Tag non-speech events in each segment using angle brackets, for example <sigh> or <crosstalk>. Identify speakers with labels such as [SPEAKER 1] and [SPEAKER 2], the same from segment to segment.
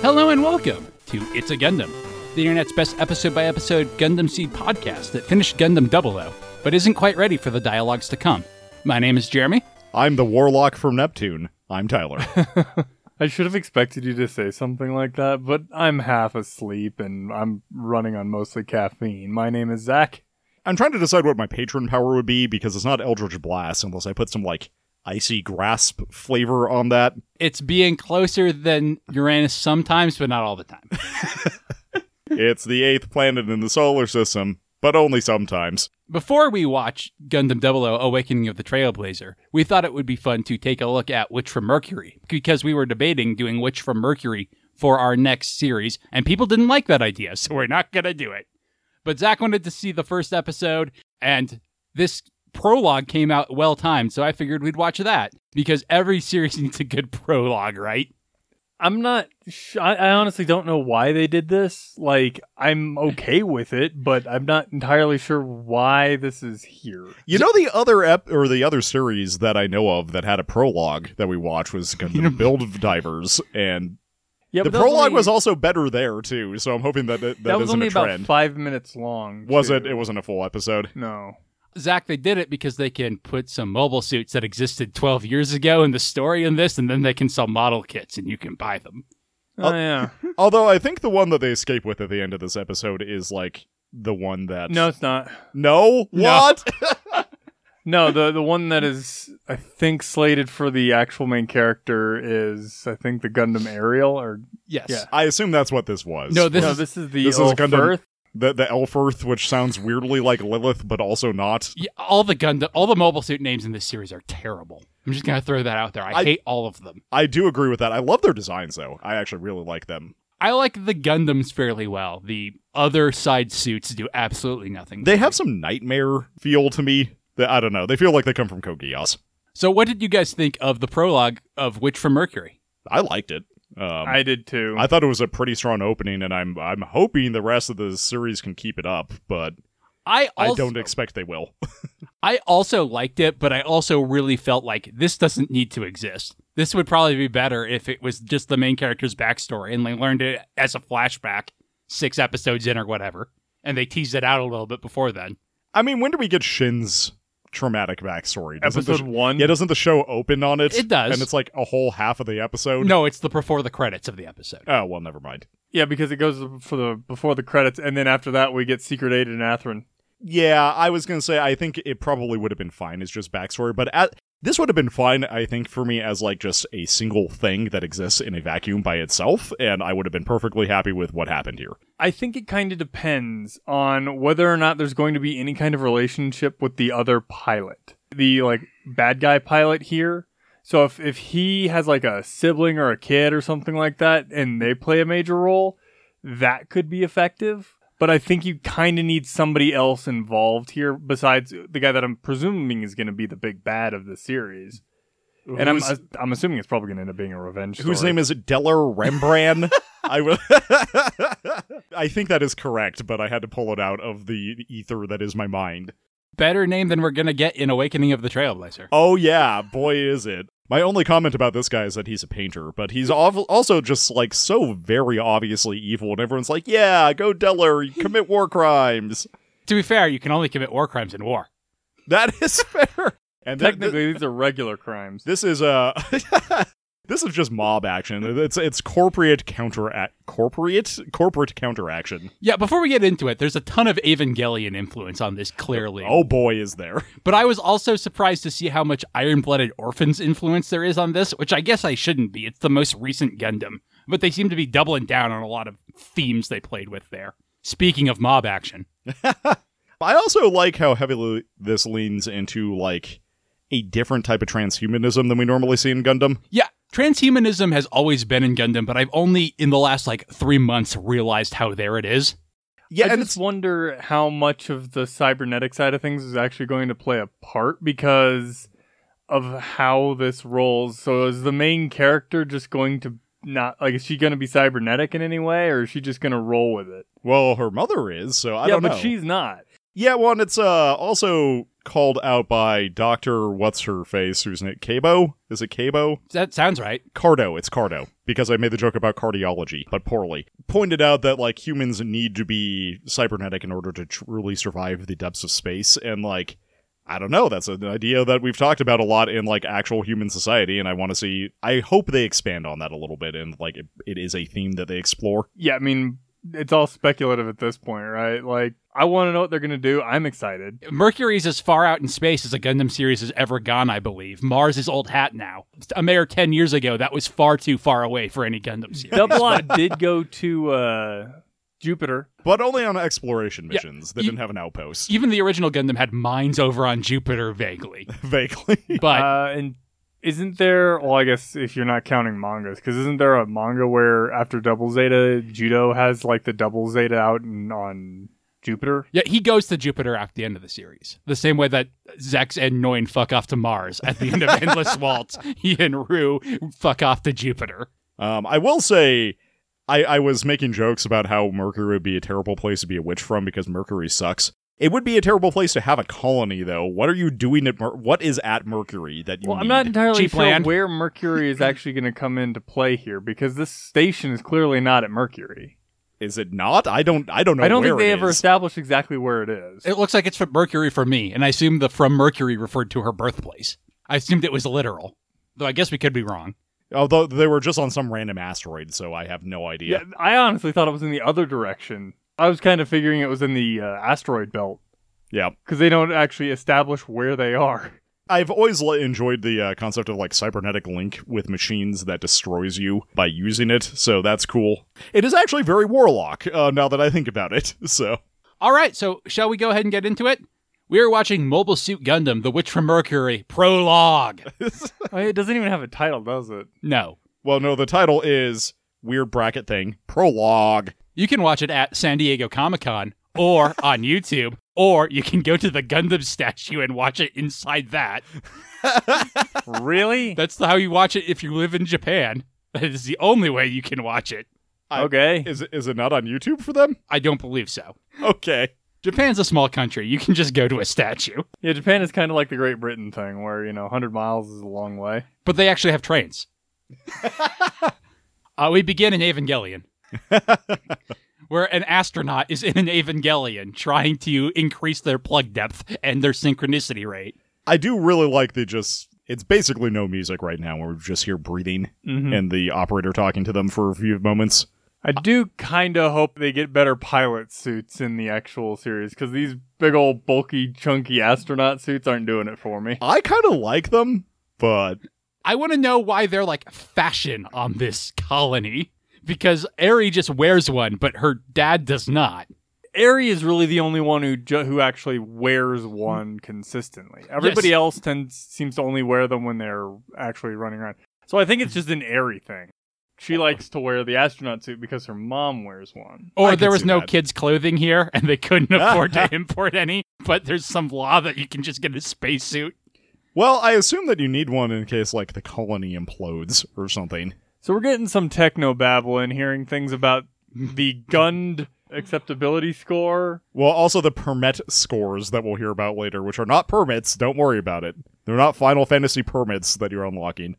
[SPEAKER 1] Hello and welcome to It's a Gundam, the internet's best episode by episode Gundam Seed podcast that finished Gundam 00, but isn't quite ready for the dialogues to come. My name is Jeremy.
[SPEAKER 2] I'm the warlock from Neptune. I'm Tyler.
[SPEAKER 3] I should have expected you to say something like that, but I'm half asleep and I'm running on mostly caffeine. My name is Zach.
[SPEAKER 2] I'm trying to decide what my patron power would be because it's not Eldritch Blast unless I put some like icy grasp flavor on that.
[SPEAKER 1] It's being closer than Uranus sometimes, but not all the time.
[SPEAKER 2] It's the eighth planet in the solar system, but only sometimes.
[SPEAKER 1] Before we watch Gundam 00 Awakening of the Trailblazer, we thought it would be fun to take a look at Witch from Mercury because we were debating doing Witch from Mercury for our next series, and people didn't like that idea, <laughs> so we're not going to do it. But Zach wanted to see the first episode, and this prologue came out well timed, so I figured we'd watch that because every series <laughs> needs a good prologue, right?
[SPEAKER 3] I'm not. Sh- I, I honestly don't know why they did this. Like, I'm okay with it, but I'm not entirely sure why this is here.
[SPEAKER 2] You know the other ep or the other series that I know of that had a prologue that we watched was Gundam Build Divers, and
[SPEAKER 3] Yeah,
[SPEAKER 2] the
[SPEAKER 3] but that
[SPEAKER 2] prologue
[SPEAKER 3] only-
[SPEAKER 2] was also better there too. So I'm hoping that that, that,
[SPEAKER 3] that was
[SPEAKER 2] isn't
[SPEAKER 3] only
[SPEAKER 2] a
[SPEAKER 3] about
[SPEAKER 2] trend.
[SPEAKER 3] five minutes long.
[SPEAKER 2] was
[SPEAKER 3] too.
[SPEAKER 2] it? It wasn't a full episode.
[SPEAKER 3] No.
[SPEAKER 1] Zach, they did it because they can put some mobile suits that existed 12 years ago in the story in this, and then they can sell model kits and you can buy them.
[SPEAKER 3] Oh yeah.
[SPEAKER 2] Although I think the one that they escape with at the end of this episode is like the one that
[SPEAKER 3] no, it's not.
[SPEAKER 2] no
[SPEAKER 1] No.
[SPEAKER 2] what
[SPEAKER 3] No, the the one that is I think slated for the actual main character is I think the Gundam Ariel or
[SPEAKER 1] Yes.
[SPEAKER 3] Yeah.
[SPEAKER 2] I assume that's what this was.
[SPEAKER 1] No, this
[SPEAKER 3] no,
[SPEAKER 1] is-
[SPEAKER 3] this is the
[SPEAKER 2] this is a Gundam-
[SPEAKER 3] Ulfirth.
[SPEAKER 2] the the elf Earth, which sounds weirdly like Lilith, but also not.
[SPEAKER 1] Yeah, all the Gundam, all the mobile suit names in this series are terrible. I'm just gonna throw that out there. I,
[SPEAKER 2] I-
[SPEAKER 1] hate all of them.
[SPEAKER 2] I do agree with that. I love their designs though. I actually really like them.
[SPEAKER 1] I like the Gundams fairly well. The other side suits do absolutely nothing.
[SPEAKER 2] They have some nightmare feel to me. That I don't know. They feel like they come from Kogias.
[SPEAKER 1] so, what did you guys think of the prologue of Witch from Mercury?
[SPEAKER 2] I liked it. Um,
[SPEAKER 3] I did too.
[SPEAKER 2] I thought it was a pretty strong opening, and I'm I'm hoping the rest of the series can keep it up, but
[SPEAKER 1] I also,
[SPEAKER 2] I don't expect they will.
[SPEAKER 1] I also liked it, but I also really felt like this doesn't need to exist. This would probably be better if it was just the main character's backstory and they learned it as a flashback six episodes in or whatever, and they teased it out a little bit before then.
[SPEAKER 2] I mean, when do we get Shin's traumatic backstory? Doesn't the
[SPEAKER 3] Episode
[SPEAKER 2] sh-
[SPEAKER 3] one.
[SPEAKER 2] yeah, doesn't the show open on it?
[SPEAKER 1] It does.
[SPEAKER 2] and it's like a whole half of the episode.
[SPEAKER 1] No, it's the before the credits of the episode.
[SPEAKER 2] Oh well, never mind.
[SPEAKER 3] Yeah, because it goes for the before the credits, and then after that we get Secret Aid and Atherin.
[SPEAKER 2] Yeah, I was gonna say I think it probably would have been fine as just backstory, but at, this would have been fine, I think, for me as like just a single thing that exists in a vacuum by itself, and I would have been perfectly happy with what happened here.
[SPEAKER 3] I think it kind of depends on whether or not there's going to be any kind of relationship with the other pilot, the like bad guy pilot here. So if if he has like a sibling or a kid or something like that, and they play a major role, that could be effective. But I think you kind of need somebody else involved here besides the guy that I'm presuming is going to be the big bad of the series. And I'm
[SPEAKER 2] Whose-
[SPEAKER 3] I'm assuming it's probably going to end up being a revenge.
[SPEAKER 2] whose
[SPEAKER 3] story.
[SPEAKER 2] name is Deller Rembrandt. I will. <laughs> I think that is correct, but I had to pull it out of the ether that is my mind.
[SPEAKER 1] better name than we're gonna get in Awakening of the Trailblazer.
[SPEAKER 2] Oh yeah, boy is it. My only comment about this guy is that he's a painter, but he's awful, also just like so very obviously evil, and everyone's like, "Yeah, go Deller, <laughs> you commit war crimes."
[SPEAKER 1] To be fair, you can only commit war crimes in war.
[SPEAKER 2] That is <laughs> fair. And th- th-
[SPEAKER 3] Technically, these are regular crimes.
[SPEAKER 2] this is uh <laughs> this is just mob action. It's it's corporate counter corporate corporate counteraction.
[SPEAKER 1] Yeah, before we get into it, there's a ton of Evangelion influence on this, clearly.
[SPEAKER 2] Oh boy, is there.
[SPEAKER 1] But I was also surprised to see how much Iron Blooded Orphans influence there is on this, which I guess I shouldn't be. It's the most recent Gundam. But they seem to be doubling down on a lot of themes they played with there. Speaking of mob action,
[SPEAKER 2] I also like how heavily this leans into like a different type of transhumanism than we normally see in Gundam.
[SPEAKER 1] Yeah, transhumanism has always been in Gundam, but I've only in the last like three months realized how there it is.
[SPEAKER 2] Yeah,
[SPEAKER 3] I
[SPEAKER 2] and
[SPEAKER 3] just
[SPEAKER 2] it's
[SPEAKER 3] wonder how much of the cybernetic side of things is actually going to play a part because of how this rolls. So is the main character just going to not like is she going to be cybernetic in any way, or is she just going to roll with it?
[SPEAKER 2] well, her mother is, so I
[SPEAKER 3] yeah,
[SPEAKER 2] don't
[SPEAKER 3] but
[SPEAKER 2] know.
[SPEAKER 3] she's not.
[SPEAKER 2] Yeah, well, and it's uh also called out by Doctor What's Her Face, who's it? Cabo? Is it Cabo?
[SPEAKER 1] That sounds right.
[SPEAKER 2] Cardo. It's Cardo because I made the joke about cardiology, but poorly. Pointed out that like humans need to be cybernetic in order to truly survive the depths of space, and like I don't know. That's an idea that we've talked about a lot in like actual human society, and I want to see. I hope they expand on that a little bit, and like it, it is a theme that they explore.
[SPEAKER 3] Yeah, I mean, it's all speculative at this point, right? Like, I want to know what they're going to do. I'm excited.
[SPEAKER 1] Mercury's as far out in space as a Gundam series has ever gone, I believe. Mars is old hat now. A mere 10 years ago, that was far too far away for any Gundam series.
[SPEAKER 2] <laughs>
[SPEAKER 3] Double I did go to uh, Jupiter.
[SPEAKER 2] But only on exploration missions. they didn't have an outpost.
[SPEAKER 1] Even the original Gundam had mines over on Jupiter vaguely.
[SPEAKER 2] Vaguely.
[SPEAKER 1] But
[SPEAKER 3] Uh, and isn't there, well, I guess if you're not counting mangas, because isn't there a manga where after Double Zeta, Judo has like the Double Zeta out and on Jupiter?
[SPEAKER 1] yeah, he goes to Jupiter at the end of the series. The same way that Zex and Noin fuck off to Mars at the end of Endless Waltz. He and Rue fuck off to Jupiter.
[SPEAKER 2] Um, I will say, I, I was making jokes about how Mercury would be a terrible place to be a witch from because Mercury sucks. It would be a terrible place to have a colony, though. What are you doing at Mer- What is at Mercury that you
[SPEAKER 3] Well,
[SPEAKER 2] need?
[SPEAKER 3] I'm not entirely
[SPEAKER 1] Cheap
[SPEAKER 3] sure
[SPEAKER 1] land.
[SPEAKER 3] where Mercury is actually going to come into play here because this station is clearly not at Mercury.
[SPEAKER 2] Is it not? I don't. I don't know.
[SPEAKER 3] I don't
[SPEAKER 2] where
[SPEAKER 3] think they
[SPEAKER 2] it
[SPEAKER 3] ever
[SPEAKER 2] is.
[SPEAKER 3] established exactly where it is.
[SPEAKER 1] It looks like it's from Mercury for me, and I assume the from Mercury referred to her birthplace. I assumed it was literal, though I guess we could be wrong.
[SPEAKER 2] Although they were just on some random asteroid, so I have no idea.
[SPEAKER 3] yeah, I honestly thought it was in the other direction. I was kind of figuring it was in the uh, asteroid belt
[SPEAKER 2] Yeah.
[SPEAKER 3] because they don't actually establish where they are.
[SPEAKER 2] I've always li- enjoyed the uh, concept of like cybernetic link with machines that destroys you by using it, so that's cool. It is actually very warlock uh, now that I think about it. <laughs> So
[SPEAKER 1] All right, so shall we go ahead and get into it? We are watching Mobile Suit Gundam: The Witch from Mercury prologue.
[SPEAKER 3] I mean, it doesn't even have a title, does it?
[SPEAKER 1] No,
[SPEAKER 2] Well, no, the title is Weird Bracket Thing Prologue.
[SPEAKER 1] you can watch it at San Diego Comic Con or on YouTube, or you can go to the Gundam statue and watch it inside that.
[SPEAKER 3] really?
[SPEAKER 1] That's how you watch it if you live in Japan. That is the only way you can watch it.
[SPEAKER 2] I-
[SPEAKER 3] okay.
[SPEAKER 2] Is it, is it not on YouTube for them? <laughs>
[SPEAKER 1] I don't believe so.
[SPEAKER 2] Okay.
[SPEAKER 1] Japan's a small country. You can just go to a statue.
[SPEAKER 3] Yeah, Japan is kind of like the Great Britain thing, where you know, 100 miles is a long way.
[SPEAKER 1] but they actually have trains.
[SPEAKER 2] <laughs>
[SPEAKER 1] uh, we begin in Evangelion, <laughs> where an astronaut is in an Evangelion trying to increase their plug depth and their synchronicity rate.
[SPEAKER 2] I do really like the just. It's basically no music right now. We're just here breathing
[SPEAKER 3] Mm-hmm.
[SPEAKER 2] and the operator talking to them for a few moments.
[SPEAKER 3] I do kind of hope they get better pilot suits in the actual series because these big old bulky, chunky astronaut suits aren't doing it for me.
[SPEAKER 2] I kind of like them, but
[SPEAKER 1] I want to know why they're like fashion on this colony because Eri just wears one, but her dad does not.
[SPEAKER 3] Airy is really the only one who ju- who actually wears one consistently. Everybody else tends seems to only wear them when they're actually running around. So I think <laughs> it's just an Airy thing. She likes to wear the astronaut suit because her mom wears one.
[SPEAKER 1] Or
[SPEAKER 2] Oh, I can
[SPEAKER 1] there was
[SPEAKER 2] see
[SPEAKER 1] no
[SPEAKER 2] that.
[SPEAKER 1] kids' clothing here and they
[SPEAKER 2] <laughs>
[SPEAKER 1] couldn't afford to import any, but there's some law that you can just get a spacesuit.
[SPEAKER 2] well, I assume that you need one in case like the colony implodes or something.
[SPEAKER 3] So we're getting some techno babble and hearing things about
[SPEAKER 2] <laughs>
[SPEAKER 3] the gunned acceptability score.
[SPEAKER 2] Well, also the permit scores that we'll hear about later, which are not permits. Don't worry about it. They're not Final Fantasy permits that you're unlocking.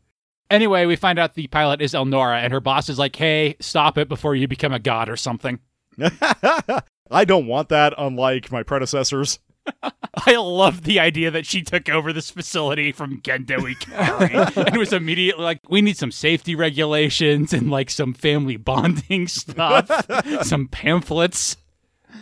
[SPEAKER 1] Anyway, we find out the pilot is Elnora, and her boss is like, hey, stop it before you become a god or something. <laughs>
[SPEAKER 2] I don't want that, unlike my predecessors.
[SPEAKER 1] I love the idea that she took over this facility from Gendo Ikari and was immediately like, we need some safety regulations and like some family bonding <laughs> stuff, some pamphlets.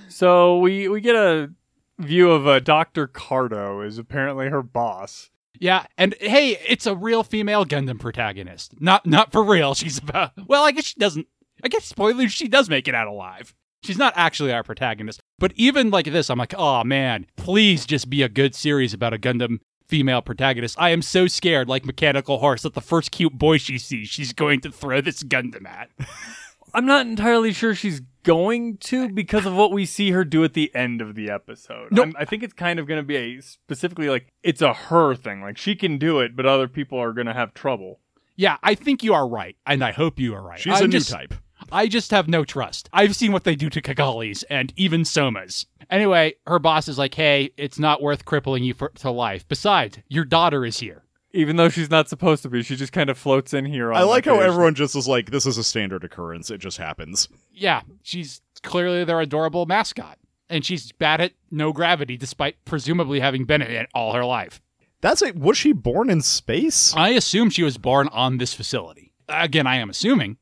[SPEAKER 3] So we we get a view of uh, Dr. Cardo is apparently her boss.
[SPEAKER 1] Yeah, and hey, it's a real female Gundam protagonist. Not not for real. She's about well, I guess she doesn't. I guess spoilers, she does make it out alive. She's not actually our protagonist. But even like this, I'm like, oh man, please just be a good series about a Gundam female protagonist. I am so scared, like Mechanical Horse, that the first cute boy she sees, she's going to throw this Gundam at. <laughs>
[SPEAKER 3] I'm not entirely sure she's going to because of what we see her do at the end of the episode.
[SPEAKER 1] No.
[SPEAKER 3] I'm- I think it's kind of going to be a specifically like it's a her thing. Like she can do it, but other people are going to have trouble.
[SPEAKER 1] Yeah, I think you are right, and I hope you are right.
[SPEAKER 2] She's
[SPEAKER 1] I'm
[SPEAKER 2] a new
[SPEAKER 1] just-
[SPEAKER 2] type.
[SPEAKER 1] I just have no trust. I've seen what they do to Kagalis and even Somas, Anyway, her boss is like, "Hey, it's not worth crippling you for, to life. Besides, your daughter is here."
[SPEAKER 3] Even though she's not supposed to be, she just kind of floats in here. On
[SPEAKER 2] I like how
[SPEAKER 3] vacation.
[SPEAKER 2] everyone just is like, this is a standard occurrence. It just happens.
[SPEAKER 1] Yeah, she's clearly their adorable mascot, and she's bad at no gravity, despite presumably having been in it all her life.
[SPEAKER 2] That's it. Was she born in space?
[SPEAKER 1] I assume she was born on this facility. Again, I am assuming.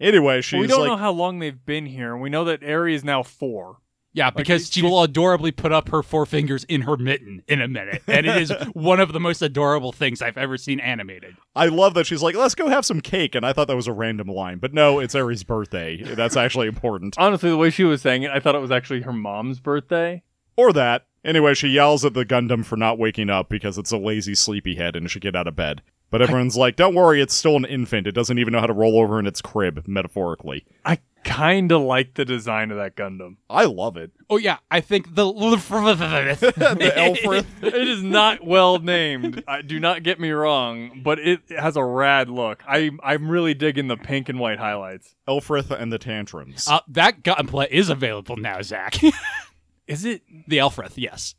[SPEAKER 2] Anyway, she's
[SPEAKER 3] Well, we don't
[SPEAKER 2] like,
[SPEAKER 3] know how long they've been here, and we know that Ari is now four.
[SPEAKER 1] Yeah, because she will adorably put up her four fingers in her mitten in a minute, and it is one of the most adorable things I've ever seen animated.
[SPEAKER 2] I love that she's like, let's go have some cake. And I thought that was a random line, but no, it's Eri's birthday. That's actually important.
[SPEAKER 3] Honestly, the way she was saying it, I thought it was actually her mom's birthday.
[SPEAKER 2] Or that. Anyway, she yells at the Gundam for not waking up because it's a lazy sleepyhead and it should get out of bed. But everyone's like, don't worry, it's still an infant. It doesn't even know how to roll over in its crib, metaphorically.
[SPEAKER 3] I kind of like the design of that Gundam.
[SPEAKER 2] I love it. <laughs>
[SPEAKER 1] Oh yeah, I think the the <laughs>
[SPEAKER 2] The Elfrith.
[SPEAKER 3] it is not well <laughs> named. I, do not get me wrong, but it, it has a rad look. I I'm really digging the pink and white highlights.
[SPEAKER 2] Elfrith and the Tantrums.
[SPEAKER 1] Uh, that gunpla is available now, Zach. <laughs>
[SPEAKER 3] Is it?
[SPEAKER 1] the Elfrith, yes.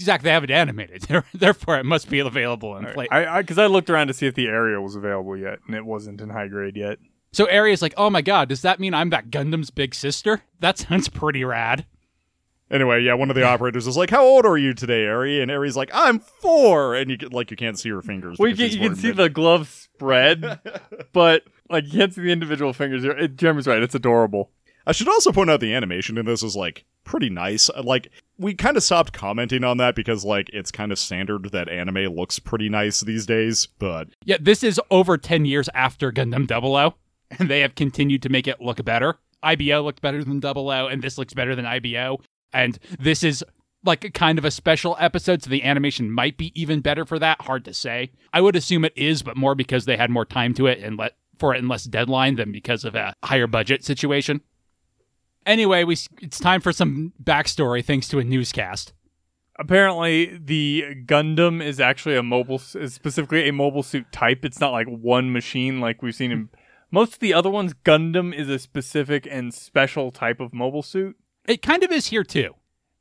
[SPEAKER 1] Zach, they have it animated. <laughs> Therefore, it must be available in play.
[SPEAKER 3] I because I, looked around to see if the area was available yet, and it wasn't in high grade yet.
[SPEAKER 1] So Aria's like, oh my god, does that mean I'm that Gundam's big sister? That sounds pretty rad.
[SPEAKER 2] Anyway, yeah, one of the operators is like, "How old are you today, Ari?" And Ari's like, "I'm four. And you get, like you can't see her fingers.
[SPEAKER 3] Well, you
[SPEAKER 2] because
[SPEAKER 3] can,
[SPEAKER 2] she's
[SPEAKER 3] you can
[SPEAKER 2] wearing
[SPEAKER 3] see
[SPEAKER 2] mid-
[SPEAKER 3] the glove <laughs> spread, but like you can't see the individual fingers. You're- It, Jeremy's right; it's adorable.
[SPEAKER 2] I should also point out the animation in this is like pretty nice. Uh, Like we kind of stopped commenting on that because like it's kind of standard that anime looks pretty nice these days. But
[SPEAKER 1] Yeah, this is over 10 years after Gundam 00, and they have continued to make it look better. IBO looked better than 00, and this looks better than IBO. And this is like a kind of a special episode, so the animation might be even better for that. Hard to say. I would assume it is, but more because they had more time to it and let for it and less deadline than because of a higher budget situation. Anyway, we s- it's time for some backstory thanks to a newscast.
[SPEAKER 3] Apparently, the Gundam is actually a mobile, is specifically a mobile suit type. It's not like one machine like we've seen in most of the other ones. Gundam is a specific and special type of mobile suit.
[SPEAKER 1] It kind of is here too.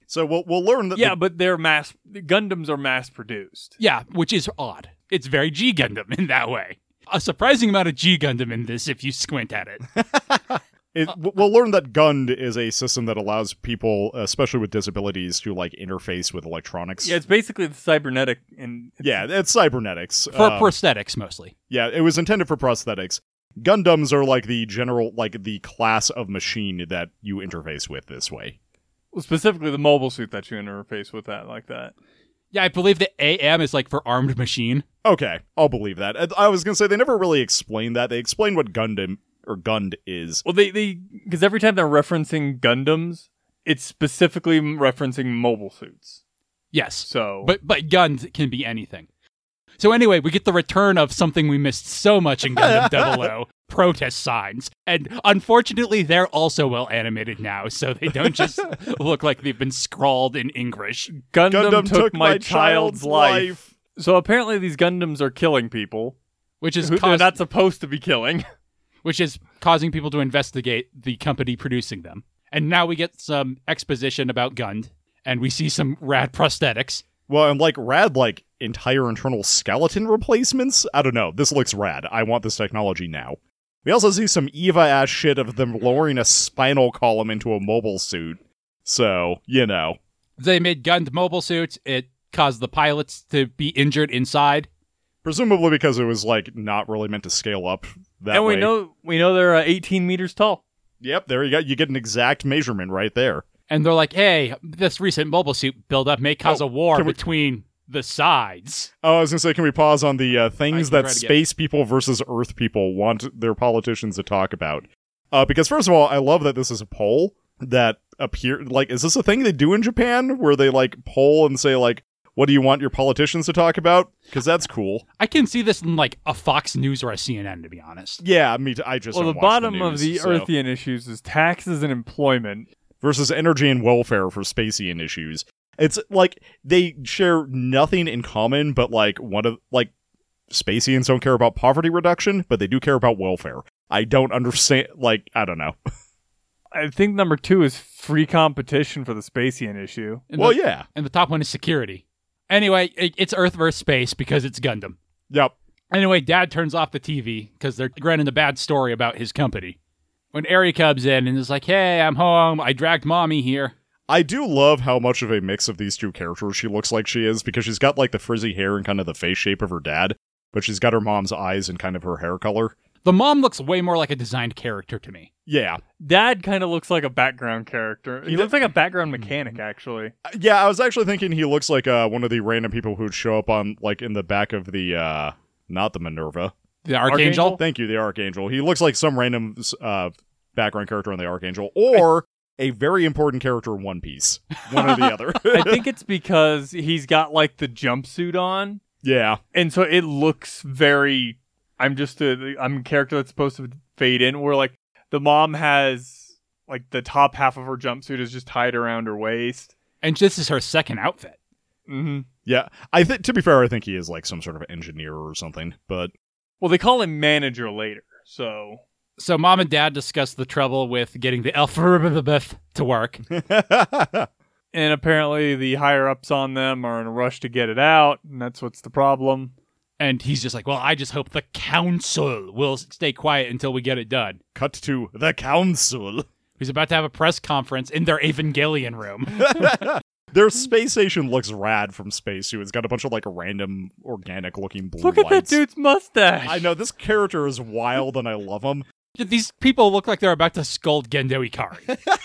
[SPEAKER 2] so we'll we'll learn that.
[SPEAKER 3] Yeah, but they're mass. Gundams are mass produced.
[SPEAKER 1] Yeah, which is odd. It's very G Gundam in that way. A surprising amount of G Gundam in this if you squint at it.
[SPEAKER 2] the,
[SPEAKER 3] uh,
[SPEAKER 2] it, we'll- we'll learn that Gund is a system that allows people, especially with disabilities, to like interface with electronics.
[SPEAKER 3] Yeah, it's basically the cybernetic and
[SPEAKER 2] yeah, it's cybernetics
[SPEAKER 1] For
[SPEAKER 3] Oh.
[SPEAKER 2] Um,
[SPEAKER 1] prosthetics mostly.
[SPEAKER 2] Yeah, it was intended for prosthetics. Gundams are like the general, like the class of machine that you interface with this way.
[SPEAKER 3] specifically the mobile suit that you interface with that like that.
[SPEAKER 1] Yeah, I believe the AM is like for armed machine.
[SPEAKER 2] Okay, I'll believe that. I- I was gonna say they never really explained that. They explained what Gundam or Gund is.
[SPEAKER 3] Well, they they because every time they're referencing Gundams, it's specifically m- referencing mobile suits.
[SPEAKER 1] Yes.
[SPEAKER 3] So,
[SPEAKER 1] But but guns can be anything. So anyway, we get the return of something we missed so much in
[SPEAKER 3] <laughs>
[SPEAKER 1] Gundam 00, protest signs. And unfortunately, they're also well animated now, so they don't
[SPEAKER 3] <laughs>
[SPEAKER 1] just look like they've been scrawled in English.
[SPEAKER 3] Gundam, took, my, child's life. So apparently, these Gundams are killing people
[SPEAKER 1] Which is
[SPEAKER 3] who they're
[SPEAKER 1] cause-
[SPEAKER 3] not supposed to be killing.
[SPEAKER 1] which is causing people to investigate the company producing them. And now we get some exposition about Gund, and we see some rad prosthetics.
[SPEAKER 2] Well, and like rad, like entire internal skeleton replacements. I don't know. This looks rad. I want this technology now. We also see some Eva ass shit of them lowering a spinal column into a mobile suit. So you know.
[SPEAKER 1] They made Gund mobile suits. It caused the pilots to be injured inside.
[SPEAKER 2] presumably because it was like not really meant to scale up <laughs> that
[SPEAKER 3] and we
[SPEAKER 2] way.
[SPEAKER 3] know we know they're uh, 18 meters tall.
[SPEAKER 2] yep, there you go. You get an exact measurement right there.
[SPEAKER 1] And they're like, hey, this recent mobile suit buildup may cause
[SPEAKER 2] Oh,
[SPEAKER 1] a war
[SPEAKER 2] can we-
[SPEAKER 1] between the sides.
[SPEAKER 2] Oh, I was gonna say, can we pause on the uh, things
[SPEAKER 1] I can
[SPEAKER 2] that
[SPEAKER 1] try to get-
[SPEAKER 2] space people versus Earth people want their politicians to talk about? Uh, because first of all, I love that this is a poll that appear like is this a thing they do in Japan where they like poll and say like what do you want your politicians to talk about? Because that's cool.
[SPEAKER 1] I can see this in like a Fox News or a CNN, to be honest.
[SPEAKER 2] Yeah, I mean, I just
[SPEAKER 3] well, the
[SPEAKER 2] don't watch
[SPEAKER 3] bottom of
[SPEAKER 2] news,
[SPEAKER 3] the
[SPEAKER 2] so.
[SPEAKER 3] Earthian issues is taxes and employment.
[SPEAKER 2] versus energy and welfare for Spacian issues. It's like they share nothing in common, but like one of like Spacians don't care about poverty reduction, but they do care about welfare. I don't understand. Like I don't know.
[SPEAKER 3] I think number two is free competition for the Spacian issue.
[SPEAKER 1] And
[SPEAKER 2] well,
[SPEAKER 1] the,
[SPEAKER 2] yeah.
[SPEAKER 1] And the top one is security. Anyway, it, it's Earth versus space because it's Gundam.
[SPEAKER 2] Yep.
[SPEAKER 1] Anyway, Dad turns off the TV because they're running a bad story about his company. When Ari comes in and is like, "Hey, I'm home. I dragged mommy here."
[SPEAKER 2] I do love how much of a mix of these two characters she looks like she is because she's got like the frizzy hair and kind of the face shape of her dad, but she's got her mom's eyes and kind of her hair color.
[SPEAKER 1] The mom looks way more like a designed character to me.
[SPEAKER 2] Yeah.
[SPEAKER 3] Dad kind of looks like a background character. He looks like a background mechanic, actually.
[SPEAKER 2] Uh, Yeah, I was actually thinking he looks like uh, one of the random people who'd show up on like in the back of the uh not the Minerva.
[SPEAKER 1] The archangel.
[SPEAKER 3] Archangel?
[SPEAKER 2] Thank you, the Archangel. He looks like some random uh background character on the Archangel or a very important character in One Piece. One or the other.
[SPEAKER 3] <laughs> I think it's because he's got like the jumpsuit on,
[SPEAKER 2] <laughs> yeah.
[SPEAKER 3] and so it looks very. I'm just a. I'm a character that's supposed to fade in. Where like the mom has like the top half of her jumpsuit is just tied around her waist.
[SPEAKER 1] And this is her second outfit.
[SPEAKER 3] Mm-hmm.
[SPEAKER 2] Yeah. I think to be fair, I think he is like some sort of engineer or something, but <laughs>
[SPEAKER 3] Well, they call him manager later, so
[SPEAKER 1] So mom and dad discuss the trouble with getting the alphabet to work.
[SPEAKER 3] and apparently the higher ups on them are in a rush to get it out, and that's what's the problem.
[SPEAKER 1] And he's just like, "Well, I just hope the council will stay quiet until we get it done."
[SPEAKER 2] Cut to the council.
[SPEAKER 1] He's about to have a press conference in their Evangelion room.
[SPEAKER 2] Their space station looks rad from space too. It's got a bunch of like random organic looking blue
[SPEAKER 3] Look at that
[SPEAKER 2] lights.
[SPEAKER 3] dude's mustache.
[SPEAKER 2] I know this character is wild and I love him.
[SPEAKER 1] These people look like they're about to scold Gendo Ikari.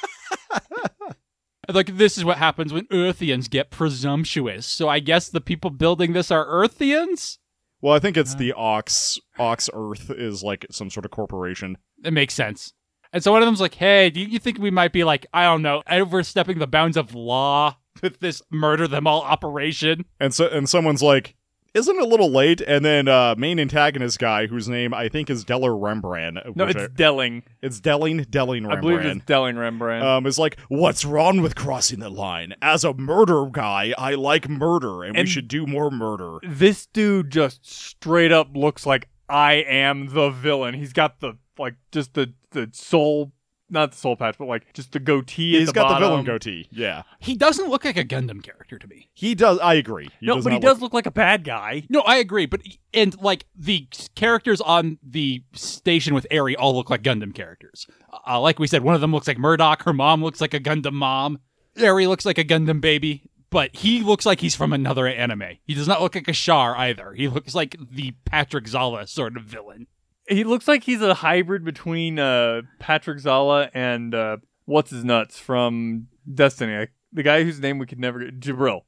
[SPEAKER 1] like this is what happens when Earthians get presumptuous. So I guess the people building this are Earthians.
[SPEAKER 2] Well, I think it's the Ox Ox Earth is like some sort of corporation.
[SPEAKER 1] It makes sense. And so one of them's like, "Hey, do you think we might be like, I don't know, overstepping the bounds of law with this murder them all operation?"
[SPEAKER 2] And so and someone's like, isn't it a little late? And then uh main antagonist guy whose name I think is Deller Rembrandt.
[SPEAKER 3] No,
[SPEAKER 2] which
[SPEAKER 3] it's
[SPEAKER 2] I-
[SPEAKER 3] Delling.
[SPEAKER 2] it's Delling Delling
[SPEAKER 3] I believe it's
[SPEAKER 2] Rembrandt.
[SPEAKER 3] Delling Rembrandt.
[SPEAKER 2] Um, is like, what's wrong with crossing the line? As a murder guy, I like murder, and we
[SPEAKER 3] And-
[SPEAKER 2] should do more murder.
[SPEAKER 3] this dude just straight up looks like I am the villain. He's got the like just the the soul, not the soul patch, but like just the goatee. at
[SPEAKER 2] He's got the villain
[SPEAKER 3] bottom.
[SPEAKER 2] goatee. Yeah,
[SPEAKER 1] He doesn't look like a Gundam character to me.
[SPEAKER 2] he does. I agree.
[SPEAKER 3] no,
[SPEAKER 2] does
[SPEAKER 3] but he
[SPEAKER 2] not
[SPEAKER 3] does look like a bad guy.
[SPEAKER 1] No, I agree, but and like the characters on the station with Airy all look like Gundam characters. Uh, like we said, one of them looks like Murdoch. Her mom looks like a Gundam mom. Airy looks like a Gundam baby, but he looks like he's from another anime. He does not look like a Char either. He looks like the Patrick Zala sort of villain.
[SPEAKER 3] He looks like he's a hybrid between uh, Patrick Zala and uh, what's his nuts from Destiny, I, the guy whose name we could never get, Jabril.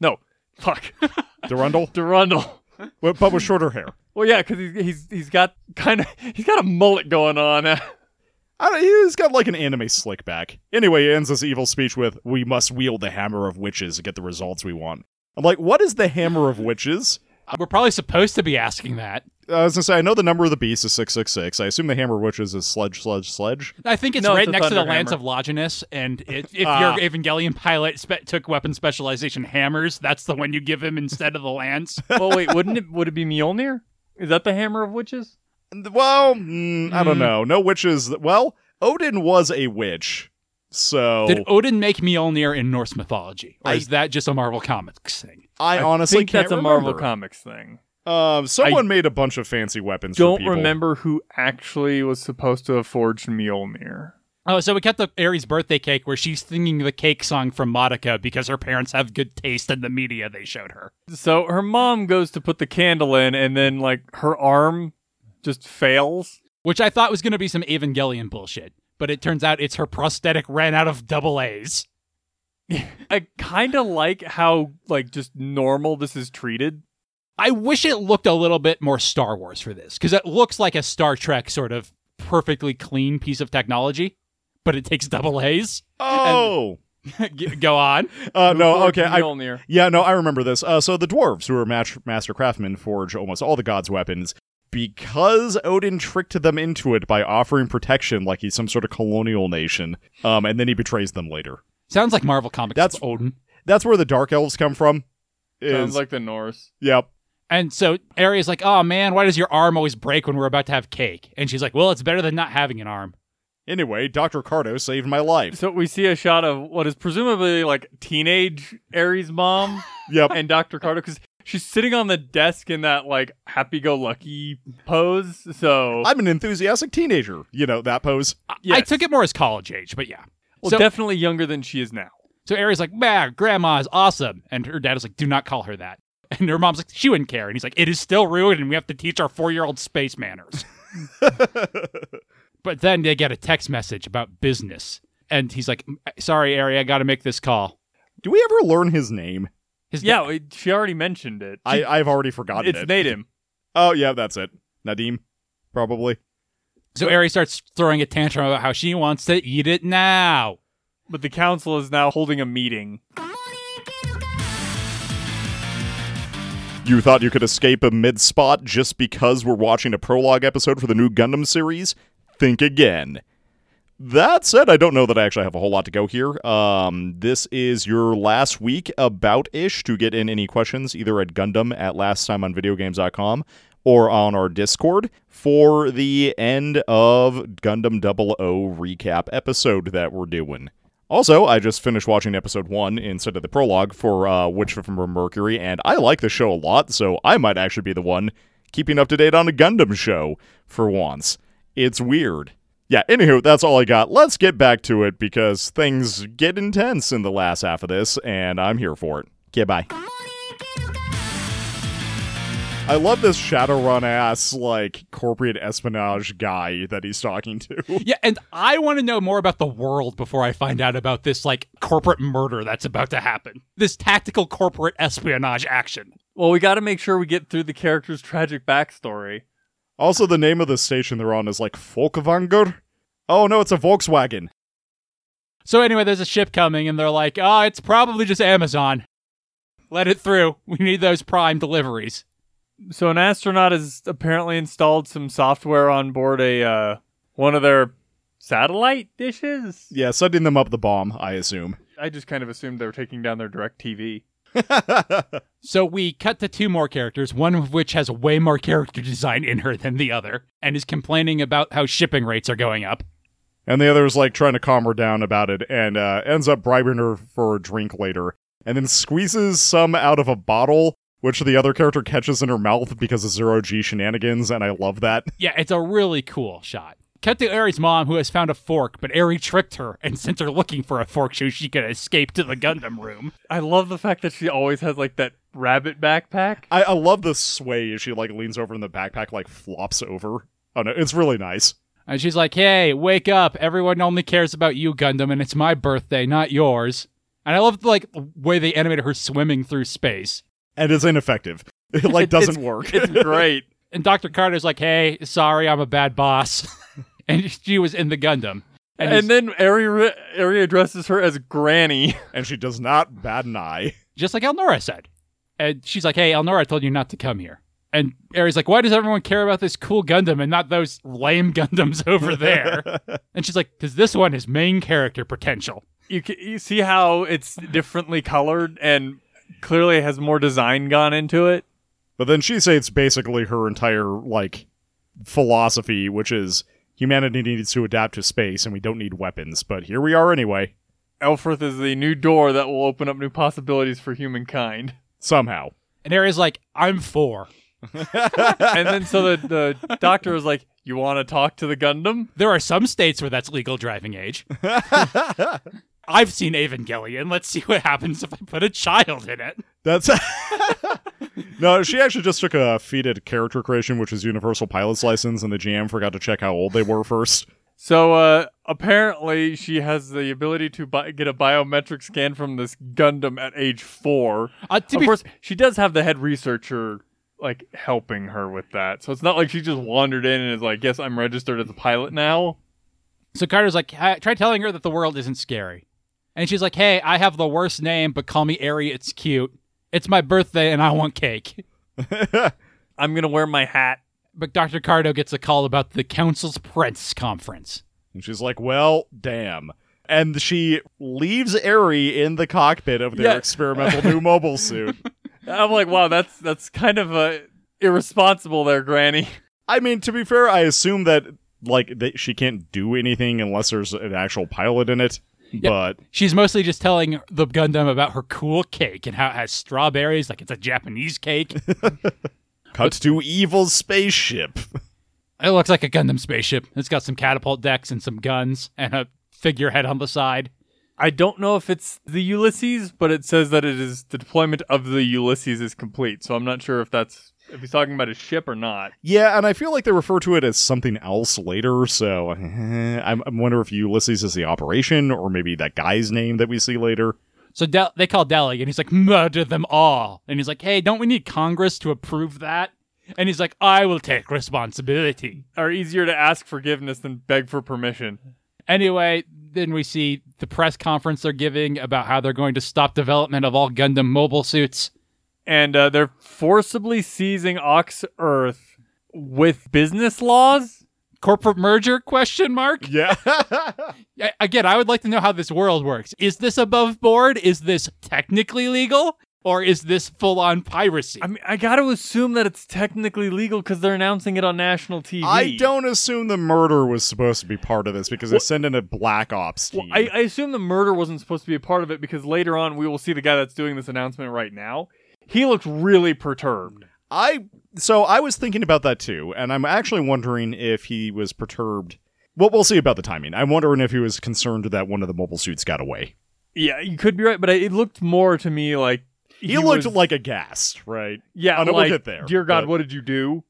[SPEAKER 3] No, fuck, <laughs>
[SPEAKER 2] Durandal,
[SPEAKER 3] Durandal.
[SPEAKER 2] but but with shorter hair.
[SPEAKER 3] Well, yeah, because he's, he's he's got kind of he's got a mullet going on. <laughs>
[SPEAKER 2] I don't, he's got like an anime slick back. Anyway, he ends this evil speech with, "We must wield the hammer of witches to get the results we want." I'm like, what is the hammer of witches?
[SPEAKER 1] Uh,
[SPEAKER 2] Uh,
[SPEAKER 1] We're probably supposed to be asking that.
[SPEAKER 2] I was gonna say, I know the number of the beast is six six six. I assume the hammer of witches is sledge sledge sledge.
[SPEAKER 1] I think it's
[SPEAKER 3] No, it's
[SPEAKER 1] right
[SPEAKER 3] a
[SPEAKER 1] next to the
[SPEAKER 3] Thunderhammer.
[SPEAKER 1] Lance of Loginus, and
[SPEAKER 3] <laughs>
[SPEAKER 1] it, if
[SPEAKER 2] Ah.
[SPEAKER 1] your Evangelion pilot spe- took weapon specialization hammers, that's the one you give him instead of the lance.
[SPEAKER 3] well, wait, wouldn't it? Would it be Mjolnir? Is that the hammer of witches?
[SPEAKER 2] And- Well, mm, I
[SPEAKER 3] Hmm.
[SPEAKER 2] don't
[SPEAKER 1] Mm.
[SPEAKER 2] know. No witches. Well, Odin was a witch, so
[SPEAKER 1] Did Odin make Mjolnir in Norse mythology, or
[SPEAKER 2] Oh. I-
[SPEAKER 1] is that just a Marvel Comics thing?
[SPEAKER 2] I honestly
[SPEAKER 3] think
[SPEAKER 2] can't
[SPEAKER 3] that's a Marvel
[SPEAKER 2] remember.
[SPEAKER 3] Comics thing.
[SPEAKER 2] Um, someone made a bunch of fancy weapons. for
[SPEAKER 3] Don't
[SPEAKER 2] people.
[SPEAKER 3] remember who actually was supposed to have forged Mjolnir.
[SPEAKER 1] Oh, so we kept the Ares birthday cake where she's singing the cake song from Monica because her parents have good taste in the media they showed her.
[SPEAKER 3] So her mom goes to put the candle in, and then like her arm just fails.
[SPEAKER 1] Which I thought was going to be some Evangelion bullshit, but it turns out it's her prosthetic ran out of double A's.
[SPEAKER 3] I kind of like how like just normal this is treated.
[SPEAKER 1] I wish it looked a little bit more Star Wars for this because it looks like a Star Trek sort of perfectly clean piece of technology, but it takes double A's. <laughs>
[SPEAKER 2] Oh,
[SPEAKER 1] G- Go on.
[SPEAKER 2] uh,
[SPEAKER 3] Who
[SPEAKER 2] no.
[SPEAKER 3] forged
[SPEAKER 2] Okay, I
[SPEAKER 3] Mjolnir.
[SPEAKER 2] Yeah, no, I remember this. Uh, so the dwarves, who are match- master craftsmen, forge almost all the gods' weapons because Odin tricked them into it by offering protection, like he's some sort of colonial nation. Um, and then he betrays them later.
[SPEAKER 1] Sounds like Marvel Comics.
[SPEAKER 2] That's-
[SPEAKER 1] Odin.
[SPEAKER 2] That's where the dark elves come from. Is,
[SPEAKER 3] sounds like the Norse.
[SPEAKER 2] yep.
[SPEAKER 1] And so Ari's like, "Oh man, why does your arm always break when we're about to have cake?" And she's like, "Well, it's better than not having an arm."
[SPEAKER 2] Anyway, Dr. Cardo saved my
[SPEAKER 3] <laughs>
[SPEAKER 2] life.
[SPEAKER 3] So we see a shot of what is presumably like teenage Aries mom <laughs>
[SPEAKER 2] Yep.
[SPEAKER 3] and Dr. Carter because she's sitting on the desk in that like happy go lucky pose. So
[SPEAKER 2] I'm an enthusiastic teenager. You know, that pose. <laughs>
[SPEAKER 1] I
[SPEAKER 3] yes.
[SPEAKER 1] took it more as college age, but yeah.
[SPEAKER 3] well,
[SPEAKER 1] so,
[SPEAKER 3] definitely younger than she is now.
[SPEAKER 1] so Ari's like, "Man, grandma is awesome," and her dad is like, "Do not call her that." And her mom's like, "She wouldn't care," and he's like, "It is still rude, and we have to teach our four-year-old space
[SPEAKER 3] <laughs>
[SPEAKER 1] manners." but then they get a text message about business, and he's like, eh, "Sorry, Ari, I got to make this call."
[SPEAKER 2] Do we ever learn his name?
[SPEAKER 1] His
[SPEAKER 3] <laughs> Yeah, it, she already mentioned it.
[SPEAKER 2] I, I've already forgotten
[SPEAKER 3] it's
[SPEAKER 2] it.
[SPEAKER 3] Nadim.
[SPEAKER 2] oh, yeah, that's it. Nadim, probably.
[SPEAKER 1] So Ari starts throwing a tantrum about how she wants to eat it now.
[SPEAKER 3] But the council is now holding a meeting.
[SPEAKER 2] You thought you could escape a mid spot just because we're watching a prologue episode for the new Gundam series? Think again. That said, I don't know that I actually have a whole lot to go here. Um, this is your last week about ish to get in any questions either at Gundam at lasttimeonvideogames.com or on our Discord for the end of Gundam 00 recap episode that we're doing. Also, I just finished watching episode one instead of the prologue for uh, Witch from Mercury, and I like the show a lot, so I might actually be the one keeping up to date on a Gundam show for once. It's weird. Yeah, anywho, that's all I got. Let's get back to it because things get intense in the last half of this, and I'm here for it. Okay, bye. I love this Shadowrun ass, like, corporate espionage guy that he's talking to. <laughs>
[SPEAKER 1] Yeah, and I want to know more about the world before I find out about this like corporate murder that's about to happen. This tactical corporate espionage action.
[SPEAKER 3] Well, we got to make sure we get through the character's tragic backstory.
[SPEAKER 2] Also, the name of the station they're on is like Volkwanger. Oh no, it's a Volkswagen.
[SPEAKER 1] So anyway, there's a ship coming and they're like, "Oh, it's probably just Amazon. Let it through. We need those prime deliveries."
[SPEAKER 3] So an astronaut has apparently installed some software on board a uh, one of their satellite dishes.
[SPEAKER 2] Yeah, sending them up the bomb, I assume.
[SPEAKER 3] I just kind of assumed they were taking down their direct TV.
[SPEAKER 1] So we cut to two more characters, one of which has way more character design in her than the other and is complaining about how shipping rates are going up.
[SPEAKER 2] And the other's like trying to calm her down about it and uh, ends up bribing her for a drink later. And then squeezes some out of a bottle, which the other character catches in her mouth because of zero G shenanigans, and I love that. <laughs>
[SPEAKER 1] Yeah, it's a really cool shot. Cut to Eri's mom, who has found a fork, but Eri tricked her and <laughs> sent her looking for a fork so she could escape to the Gundam room.
[SPEAKER 3] I love the fact that she always has like that rabbit
[SPEAKER 2] <laughs>
[SPEAKER 3] backpack.
[SPEAKER 2] I, I love the sway as she like leans over and the backpack like flops over. Oh no, it's really nice.
[SPEAKER 1] And she's like, hey, wake up. Everyone only cares about you, Gundam, and it's my birthday, not yours. And I love the like way they animated her swimming through space.
[SPEAKER 2] And it's ineffective. <laughs> It like
[SPEAKER 3] It's-
[SPEAKER 2] doesn't work.
[SPEAKER 3] It's <laughs> great.
[SPEAKER 1] And Dr. Carter's like, hey, sorry, I'm a bad boss. <laughs> and she was in the Gundam.
[SPEAKER 3] and,
[SPEAKER 1] And, it's
[SPEAKER 3] then Ari, Ari addresses her as Granny.
[SPEAKER 2] and she does not bat an eye.
[SPEAKER 1] just like Elnora said. And she's like, hey, Elnora, I told you not to come here. And Ares like, why does everyone care about this cool Gundam and not those lame <laughs> Gundams over
[SPEAKER 3] <laughs>
[SPEAKER 1] there? and she's like, because this one has main character potential.
[SPEAKER 3] You, ca- you see how it's differently colored and clearly has more design gone into it.
[SPEAKER 2] But then she says basically her entire like philosophy, which is humanity needs to adapt to space and we don't need weapons. But here we are anyway,
[SPEAKER 3] Elfrith is the new door that will open up new possibilities
[SPEAKER 1] <laughs>
[SPEAKER 3] for humankind.
[SPEAKER 2] somehow.
[SPEAKER 1] And Ares like, I'm four.
[SPEAKER 3] and then so the, the doctor is like, You want to talk to the Gundam?
[SPEAKER 1] There are some states where that's legal driving
[SPEAKER 3] <laughs>
[SPEAKER 1] age. I've seen Evangelion. Let's see what happens if I put a child in it.
[SPEAKER 2] That's <laughs> no. She actually just took a feat at character creation, which is Universal Pilot's license, and the GM forgot to check how old they were first.
[SPEAKER 3] So uh, apparently, she has the ability to bi- get a biometric scan from this Gundam at age four.
[SPEAKER 1] Uh, to
[SPEAKER 3] of
[SPEAKER 1] be
[SPEAKER 3] course, she does have the head researcher like helping her with that, so it's not like she just wandered in and is like, "Yes, I'm registered as a pilot now."
[SPEAKER 1] So Carter's like, "Hi- try telling her that the world isn't scary. And she's like, hey, I have the worst name, but call me Ari. It's cute. It's my birthday and I want cake.
[SPEAKER 3] I'm gonna wear my hat.
[SPEAKER 1] But Dr. Cardo gets a call about the Council's Prince Conference.
[SPEAKER 2] And she's like, "Well, damn." And she leaves Airy in the cockpit of their
[SPEAKER 3] Yeah.
[SPEAKER 2] experimental new mobile suit.
[SPEAKER 3] I'm like, "Wow, that's that's kind of uh, irresponsible there, Granny."
[SPEAKER 2] I mean, to be fair, I assume that like they, she can't do anything unless there's an actual pilot in it. But
[SPEAKER 1] She's mostly just telling the Gundam about her cool cake and how it has strawberries, like it's a Japanese cake. <laughs>
[SPEAKER 2] cut to evil spaceship.
[SPEAKER 1] it looks like a Gundam spaceship. It's got some catapult decks and some guns and a figurehead on the side.
[SPEAKER 3] I don't know if it's the Ulysses, but it says that it is the deployment of the Ulysses is complete. So I'm not sure if that's if he's talking about a ship or not.
[SPEAKER 2] Yeah, and I feel like they refer to it as something else later. So <laughs> eh, I'm, I wonder if Ulysses is the operation or maybe that guy's name that we see later.
[SPEAKER 1] So Del- they call Delhi and he's like, murder them all. And he's like, hey, don't we need Congress to approve that? And he's like, I will take responsibility.
[SPEAKER 3] Are easier to ask forgiveness than beg for permission.
[SPEAKER 1] Anyway, then we see the press conference they're giving about how they're going to stop development of all Gundam mobile suits.
[SPEAKER 3] And uh, they're forcibly seizing Ox Earth with business laws.
[SPEAKER 1] Corporate merger question mark?
[SPEAKER 2] <laughs> Yeah.
[SPEAKER 1] I- Again, I would like to know how this world works. Is this above board? Is this technically legal? Or is this full on piracy?
[SPEAKER 3] I mean, I got to assume that it's technically legal because they're announcing it on national TV.
[SPEAKER 2] I don't assume the murder was supposed to be part of this because they send in a black ops
[SPEAKER 3] Well,
[SPEAKER 2] team.
[SPEAKER 3] I, I assume the murder wasn't supposed to be a part of it because later on we will see the guy that's doing this announcement right now. He looks really
[SPEAKER 2] Mm.
[SPEAKER 3] perturbed.
[SPEAKER 2] I so I was thinking about that too, and I'm actually wondering if he was perturbed. Well, we'll see about the timing. I'm wondering if he was concerned that one of the mobile suits got away.
[SPEAKER 3] Yeah, you could be right, but I- it looked more to me like
[SPEAKER 2] He, looked
[SPEAKER 3] was-
[SPEAKER 2] like aghast, right?
[SPEAKER 3] yeah,
[SPEAKER 2] I know we'll
[SPEAKER 3] like,
[SPEAKER 2] get there,
[SPEAKER 3] Dear God,
[SPEAKER 2] but-
[SPEAKER 3] what did you do?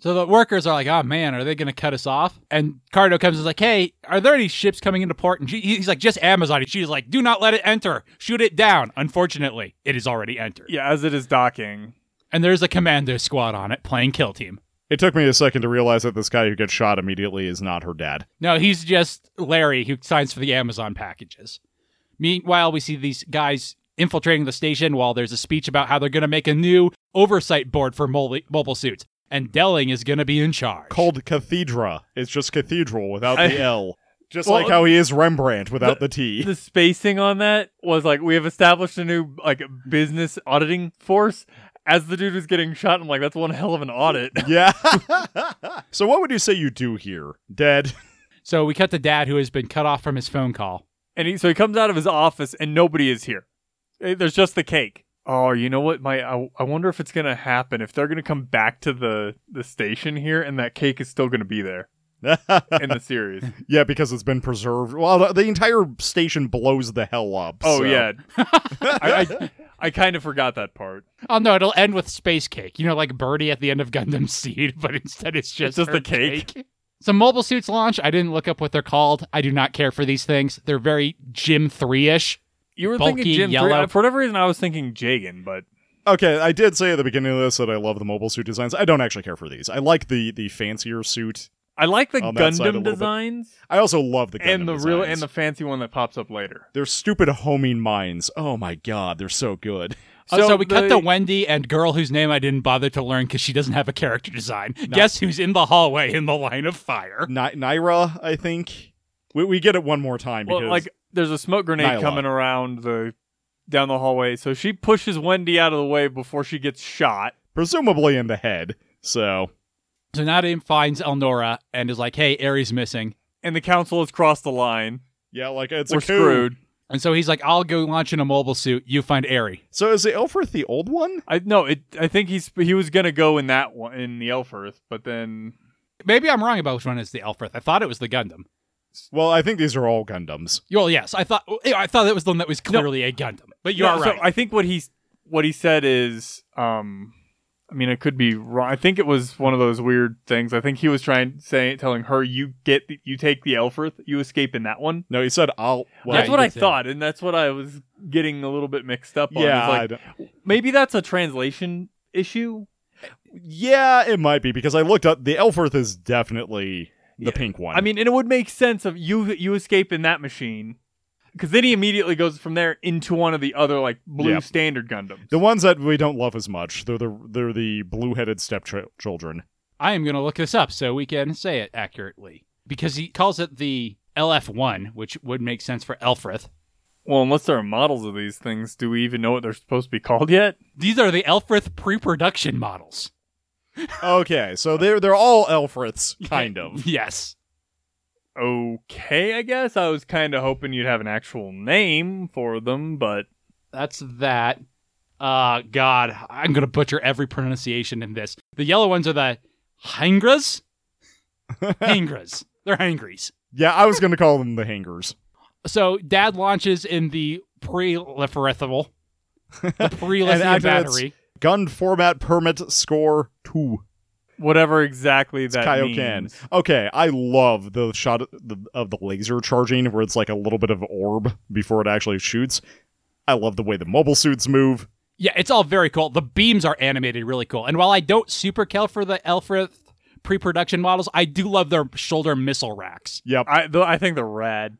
[SPEAKER 1] So the workers are like, oh man, are they going to cut us off? And Cardo comes and is like, hey, are there any ships coming into port? And she, he's like, just Amazon. And she's like, do not let it enter. Shoot it down. Unfortunately, it is already entered.
[SPEAKER 3] Yeah, as it is docking.
[SPEAKER 1] And there's a commando squad on it playing kill team.
[SPEAKER 2] It took me a second to realize that this guy who gets shot immediately is not her dad.
[SPEAKER 1] No, he's just Larry who signs for the Amazon packages. Meanwhile, we see these guys infiltrating the station while there's a speech about how they're going to make a new oversight board for mobile, mobile suits. And Delling is going to be in charge.
[SPEAKER 2] Called Cathedra. It's just cathedral without
[SPEAKER 3] <laughs> I-
[SPEAKER 2] the L. Just
[SPEAKER 3] Well,
[SPEAKER 2] like how he is Rembrandt without the, T.
[SPEAKER 3] The spacing on that was like we have established a new like business auditing force. As the dude was getting shot, I'm like, that's one hell of an audit.
[SPEAKER 2] <laughs> yeah. so what would you say you do here? Dead. <laughs>
[SPEAKER 1] So we cut to Dad, who has been cut off from his phone call.
[SPEAKER 3] And he, so he comes out of his office and nobody is here. Eh, There's just the cake. Oh, you know what? My I, I wonder if it's gonna happen. If they're gonna come back to the the station here, and that cake is still gonna be there in the
[SPEAKER 1] <laughs>
[SPEAKER 3] series.
[SPEAKER 2] yeah, because it's been preserved. Well, the, the entire station blows the hell up.
[SPEAKER 3] Oh
[SPEAKER 2] so-
[SPEAKER 3] yeah, <laughs> I, I I kind of forgot that part.
[SPEAKER 1] Oh no, it'll end with space cake. You know, like Birdie at the end of Gundam Seed, <laughs> but instead it's just,
[SPEAKER 3] just
[SPEAKER 1] her
[SPEAKER 3] the cake.
[SPEAKER 1] So mobile suits launch. I didn't look up what they're called. I do not care for these things. They're very Gym Three ish.
[SPEAKER 3] You were
[SPEAKER 1] Bulky,
[SPEAKER 3] thinking Jim
[SPEAKER 1] yellow.
[SPEAKER 3] Three- For whatever reason, I was thinking Jagan, but
[SPEAKER 2] Okay, I did say at the beginning of this that I love the mobile suit designs. I don't actually care for these. I like the the fancier suit.
[SPEAKER 3] I like the
[SPEAKER 2] On that side a
[SPEAKER 3] Gundam
[SPEAKER 2] little bit.
[SPEAKER 3] designs
[SPEAKER 2] I also love the Gundam
[SPEAKER 3] and the real
[SPEAKER 2] designs.
[SPEAKER 3] and the fancy one that pops up later.
[SPEAKER 2] their stupid homing mines. Oh my god, they're so good.
[SPEAKER 1] Uh, So, we cut
[SPEAKER 3] the-
[SPEAKER 1] to Wendy and girl whose name I didn't bother to learn because she doesn't have a character design. Guess who's in the hallway in the line of fire?
[SPEAKER 2] Ni- Naira, I think. We, we get it one more time because
[SPEAKER 3] Well, like there's a smoke grenade
[SPEAKER 2] Nyla.
[SPEAKER 3] coming around the down the hallway, so she pushes Wendy out of the way before she gets shot.
[SPEAKER 2] presumably in the head. So
[SPEAKER 1] So Nadim finds Elnora and is like, "Hey, Aries missing."
[SPEAKER 3] And the council has crossed the line.
[SPEAKER 2] yeah, like it's
[SPEAKER 3] We're
[SPEAKER 2] a coup.
[SPEAKER 3] screwed.
[SPEAKER 1] And so he's like, "I'll go launch in a mobile suit. You find Aerie."
[SPEAKER 2] So is the Ilfrith the old one?
[SPEAKER 3] I no, it. I think he's he was gonna go in that one in the Elfirth, but then
[SPEAKER 1] Maybe I'm wrong about which one is the Elfrith. I thought it was the Gundam.
[SPEAKER 2] Well, I think these are all Gundams.
[SPEAKER 1] Well, yes, I thought I thought that was the one that was clearly a Gundam, but you
[SPEAKER 3] Yeah,
[SPEAKER 1] are
[SPEAKER 3] so
[SPEAKER 1] right.
[SPEAKER 3] I think what he's what he said is, um, I mean, it could be wrong. I think it was one of those weird things. I think he was trying saying telling her, "You get the, you take the Elfirth, you escape in that one."
[SPEAKER 2] No, he said I'll. Well,
[SPEAKER 3] that's
[SPEAKER 1] you
[SPEAKER 3] what
[SPEAKER 1] could
[SPEAKER 3] I
[SPEAKER 1] say.
[SPEAKER 3] thought, and that's what I was getting a little bit mixed up on.
[SPEAKER 2] yeah,
[SPEAKER 3] It's
[SPEAKER 2] I
[SPEAKER 3] like,
[SPEAKER 2] don't-
[SPEAKER 3] maybe that's a translation issue.
[SPEAKER 2] yeah, it might be because I looked up. The Elfrith is definitely the
[SPEAKER 3] Yeah.
[SPEAKER 2] pink one.
[SPEAKER 3] I mean, and it would make sense of you you escape in that machine, because then he immediately goes from there into one of the other like blue
[SPEAKER 2] Yep.
[SPEAKER 3] standard Gundams.
[SPEAKER 2] the ones that we don't love as much. They're the they're the blue-headed stepchildren.
[SPEAKER 1] I am going to look this up so we can say it accurately because he calls it the LF1, which would make sense for Elfrith.
[SPEAKER 3] Well, unless there are models of these things, do we even know what they're supposed to be called yet?
[SPEAKER 1] These are the Elfrith <laughs> pre-production models.
[SPEAKER 3] <laughs>
[SPEAKER 2] Okay, so they're they're all Elfriths, kind of.
[SPEAKER 1] <laughs> Yes.
[SPEAKER 3] okay, I guess. I was kind of hoping you'd have an actual name for them, but
[SPEAKER 1] That's that. Uh, God, I'm gonna butcher every pronunciation in this. The yellow ones are the <laughs> hangras. hangras. They're hangries.
[SPEAKER 2] Yeah, I was going to call them the hangers.
[SPEAKER 1] So Dad launches in the pre-lithium the
[SPEAKER 2] <laughs> And
[SPEAKER 1] pre-lithium
[SPEAKER 2] after that's-
[SPEAKER 1] battery.
[SPEAKER 2] Gun format permit score two.
[SPEAKER 3] whatever exactly that
[SPEAKER 2] Kaioken.
[SPEAKER 3] means.
[SPEAKER 2] Okay, I love the shot of the, of the laser charging where it's like a little bit of orb before it actually shoots. I love the way the mobile suits move.
[SPEAKER 1] Yeah, it's all very cool. The beams are animated really cool. And while I don't super care for the Elfrith pre-production models, I do love their shoulder missile racks.
[SPEAKER 2] Yep.
[SPEAKER 3] I th- I think they're rad,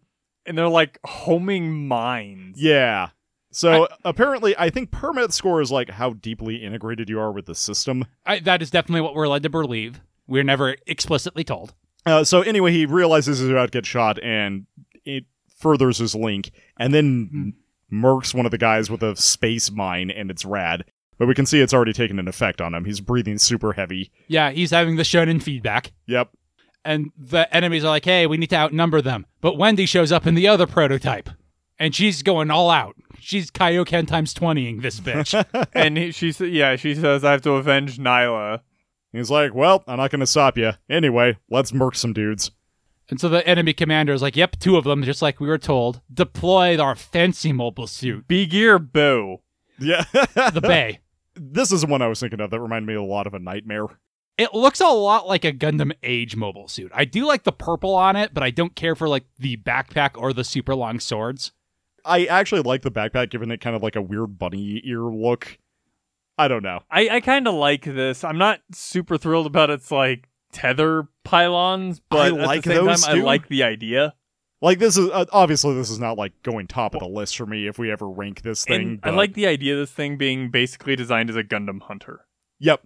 [SPEAKER 3] and they're like homing mines.
[SPEAKER 2] Yeah. So apparently, I think permit score is like how deeply integrated you are with the system.
[SPEAKER 1] I, that is definitely what we're led to believe. We're never explicitly told.
[SPEAKER 2] Uh, so anyway, he realizes he's about to get shot, and it furthers his link, and then murks one of the guys with a space mine, and it's rad. But we can see it's already taken an effect on him. He's breathing super heavy.
[SPEAKER 1] Yeah, he's having the shonen feedback.
[SPEAKER 2] Yep.
[SPEAKER 1] and the enemies are like, "Hey, we need to outnumber them." But Wendy shows up in the other prototype, and she's going all out. She's Kaioken times twentying this
[SPEAKER 2] <laughs>
[SPEAKER 1] bitch.
[SPEAKER 3] and he, she sa- yeah, she says I have to avenge Nyla.
[SPEAKER 2] He's like, "Well, I'm not going to stop you. Anyway, let's murk some dudes."
[SPEAKER 1] and so the enemy commander is like, "Yep, two of them, just like we were told. Deploy our fancy mobile suit,
[SPEAKER 3] Be gear boo. <laughs>
[SPEAKER 2] Yeah.
[SPEAKER 1] the Bay."
[SPEAKER 2] this is the one I was thinking of that reminded me a lot of a nightmare.
[SPEAKER 1] It looks a lot like a Gundam Age mobile suit. I do like the purple on it, but I don't care for like the backpack or the super long swords.
[SPEAKER 2] I actually like the backpack, giving it kind of like a weird bunny ear look. I don't know.
[SPEAKER 3] I I kind of like this. I'm not super thrilled about its like tether pylons, but
[SPEAKER 2] like
[SPEAKER 3] at the same
[SPEAKER 2] those
[SPEAKER 3] time
[SPEAKER 2] too.
[SPEAKER 3] I like the idea.
[SPEAKER 2] Like this is uh, obviously this is not like going top of the list for me if we ever rank this thing.
[SPEAKER 3] And I
[SPEAKER 2] but-
[SPEAKER 3] like the idea of this thing being basically designed as a Gundam hunter.
[SPEAKER 2] Yep.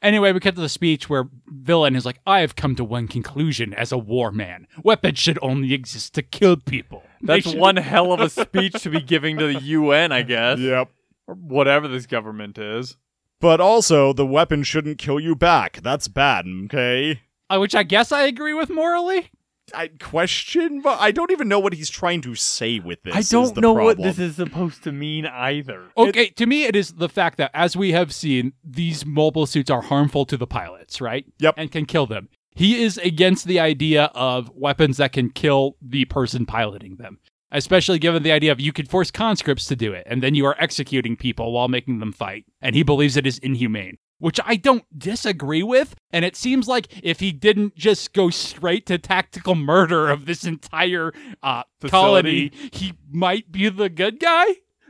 [SPEAKER 1] Anyway, we cut to the speech where villain is like, "I have come to one conclusion as a war man: weapons should only exist to kill people." They
[SPEAKER 3] <laughs> That's
[SPEAKER 1] should-
[SPEAKER 3] one hell of a speech to <laughs> be giving to the UN, I guess,
[SPEAKER 2] Yep.
[SPEAKER 3] or whatever this government is.
[SPEAKER 2] But also the weapon shouldn't kill you back. That's bad. Okay.
[SPEAKER 1] Uh, which I guess I agree with morally.
[SPEAKER 2] I question, but I don't even know what he's trying to say with this.
[SPEAKER 3] I
[SPEAKER 2] is
[SPEAKER 3] don't
[SPEAKER 2] the
[SPEAKER 3] know what
[SPEAKER 2] problem.
[SPEAKER 3] this is supposed to mean either.
[SPEAKER 1] Okay, to me, it is the fact that, as we have seen, these mobile suits are harmful to the pilots, right?
[SPEAKER 2] Yep.
[SPEAKER 1] And can kill them. He is against the idea of weapons that can kill the person piloting them, especially given the idea of you could force conscripts to do it, and then you are executing people while making them fight. And he believes it is inhumane, which I don't disagree with. And it seems like if he didn't just go straight to tactical murder of this entire uh,
[SPEAKER 3] Facility.
[SPEAKER 1] colony, he might be the good guy.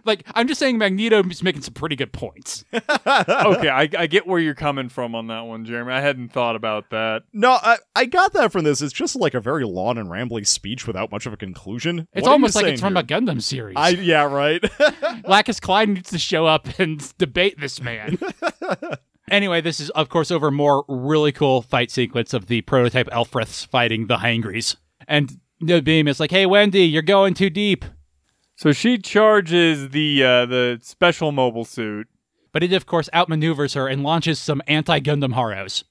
[SPEAKER 1] Like, I'm just saying Magneto is making some pretty good
[SPEAKER 2] <laughs>
[SPEAKER 1] points.
[SPEAKER 3] <laughs> okay, I, I get where you're coming from on that one, Jeremy. I hadn't thought about that.
[SPEAKER 2] No, I, I got that from this. It's just like a very long and rambling speech without much of a conclusion.
[SPEAKER 1] It's
[SPEAKER 2] What are you
[SPEAKER 1] almost like it's
[SPEAKER 2] saying
[SPEAKER 1] from a Gundam series. <laughs>
[SPEAKER 2] here? I yeah right. <laughs>
[SPEAKER 1] Lacus Klein needs to show up and <laughs> debate this man. <laughs> anyway, this is of course over more really cool fight sequence of the prototype Elfriths fighting the Hangries. And the beam is like, "Hey Wendy, you're going too deep."
[SPEAKER 3] So she charges the uh, the special mobile suit.
[SPEAKER 1] But it of course outmaneuvers her and launches some anti-Gundam Haros.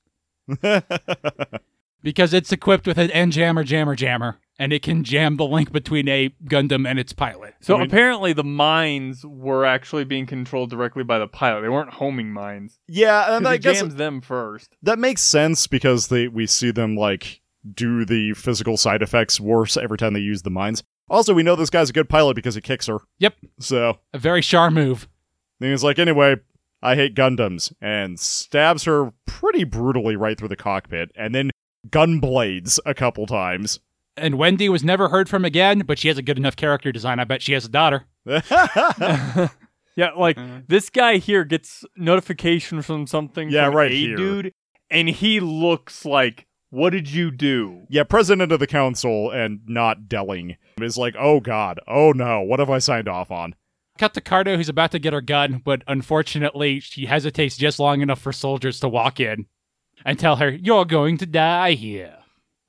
[SPEAKER 1] because it's equipped with an end jammer jammer jammer and it can jam the link between a Gundam and its pilot.
[SPEAKER 3] So apparently the mines were actually being controlled directly by the pilot. They weren't homing mines.
[SPEAKER 2] yeah,
[SPEAKER 3] 'Cause
[SPEAKER 2] and I
[SPEAKER 3] he
[SPEAKER 2] guess
[SPEAKER 3] jams them first.
[SPEAKER 2] that makes sense because they we see them like do the physical side effects worse every time they use the mines. Also, we know this guy's a good pilot because he kicks her.
[SPEAKER 1] Yep.
[SPEAKER 2] So
[SPEAKER 1] A very Char move.
[SPEAKER 2] then he's like, anyway, I hate Gundams, and stabs her pretty brutally right through the cockpit, and then gun blades a couple times. <laughs>
[SPEAKER 1] <laughs> And Wendy was never heard from again, but she has a good enough character design. I bet she has a daughter.
[SPEAKER 3] <laughs> Yeah, like this guy here gets notification from something.
[SPEAKER 2] Yeah,
[SPEAKER 3] from
[SPEAKER 2] right
[SPEAKER 3] a
[SPEAKER 2] here.
[SPEAKER 3] dude, and he looks like, "What did you do?"
[SPEAKER 2] yeah, president of the council and not Delling is like, oh god, oh no, what have I signed off on?
[SPEAKER 1] Cut to Cardo, who's about to get her gun, but unfortunately, she hesitates just long enough for soldiers to walk in and tell her, You're going to die here.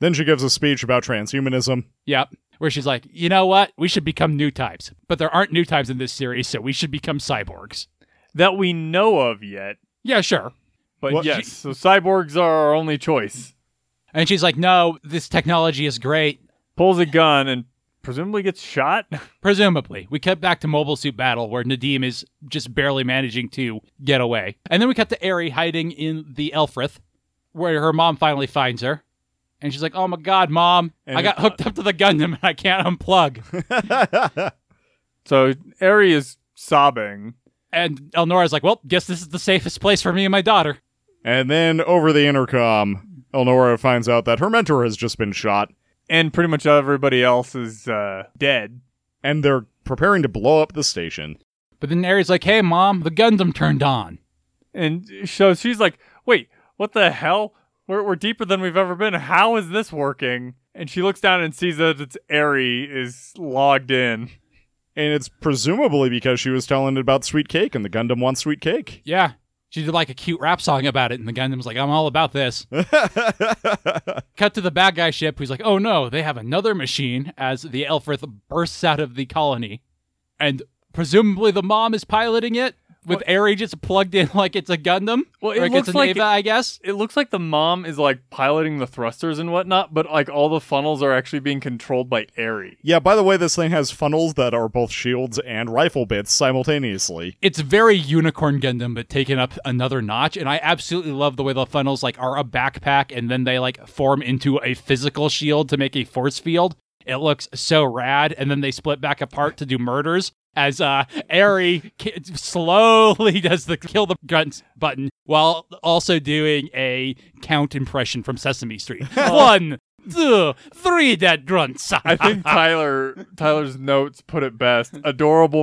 [SPEAKER 2] Then she gives a speech about transhumanism.
[SPEAKER 1] Yep. Where she's like, You know what? We should become new types. But there aren't new types in this series, so we should become cyborgs.
[SPEAKER 3] That we know of yet,
[SPEAKER 1] Yeah, sure.
[SPEAKER 3] but
[SPEAKER 2] What-
[SPEAKER 3] yes. so cyborgs are our only choice.
[SPEAKER 1] And she's like, No, this technology is great.
[SPEAKER 3] pulls a gun and presumably gets shot. <laughs>
[SPEAKER 1] Presumably. We cut back to Mobile Suit Battle, where Nadim is just barely managing to get away. And then we cut to Eri hiding in the Elfrith, where her mom finally finds her. And she's like, oh my god, mom,
[SPEAKER 2] And
[SPEAKER 1] I got
[SPEAKER 2] it-
[SPEAKER 1] hooked up to the Gundam and I can't
[SPEAKER 2] <laughs>
[SPEAKER 1] unplug.
[SPEAKER 3] So Ari is sobbing.
[SPEAKER 1] and Elnora's like, well, guess this is the safest place for me and my daughter.
[SPEAKER 2] and then over the intercom, Elnora finds out that her mentor has just been shot,
[SPEAKER 3] And pretty much everybody else is uh, dead.
[SPEAKER 2] and they're preparing to blow up the station.
[SPEAKER 1] But then Eri's like, hey, mom, the Gundam turned on.
[SPEAKER 3] And so she's like, wait, what the hell? We're, we're deeper than we've ever been. How is this working? And she looks down and sees that it's Ari is logged in.
[SPEAKER 2] And it's presumably because she was telling it about sweet cake, and the Gundam wants
[SPEAKER 1] <laughs>
[SPEAKER 2] sweet cake.
[SPEAKER 1] Yeah. She did like a cute rap song about it, and the Gundam's like, I'm all about this. Cut to the bad guy ship, who's like, oh no, they have another machine as the Elfrith bursts out of the colony. And presumably the mom is piloting it with Eri just plugged in <laughs> like it's a Gundam.
[SPEAKER 3] Well, it
[SPEAKER 1] or it's
[SPEAKER 3] looks
[SPEAKER 1] an
[SPEAKER 3] like
[SPEAKER 1] Ava,
[SPEAKER 3] it-
[SPEAKER 1] I guess.
[SPEAKER 3] It looks like the mom is like piloting the thrusters and whatnot, but like all the funnels are actually being controlled by Ari.
[SPEAKER 2] yeah, by the way, this thing has funnels that are both shields and rifle bits simultaneously.
[SPEAKER 1] It's very Unicorn Gundam, but taken up another notch. And I absolutely love the way the funnels like are a backpack, and then they like form into a physical shield to make a force field. It looks so rad, and then they split back apart to do murders as uh Eri ki- slowly <laughs> does the kill the guns button while also doing a count impression from Sesame Street. One, two, three dead grunts.
[SPEAKER 2] <laughs>
[SPEAKER 3] I think Tyler Tyler's notes put it best. Adorable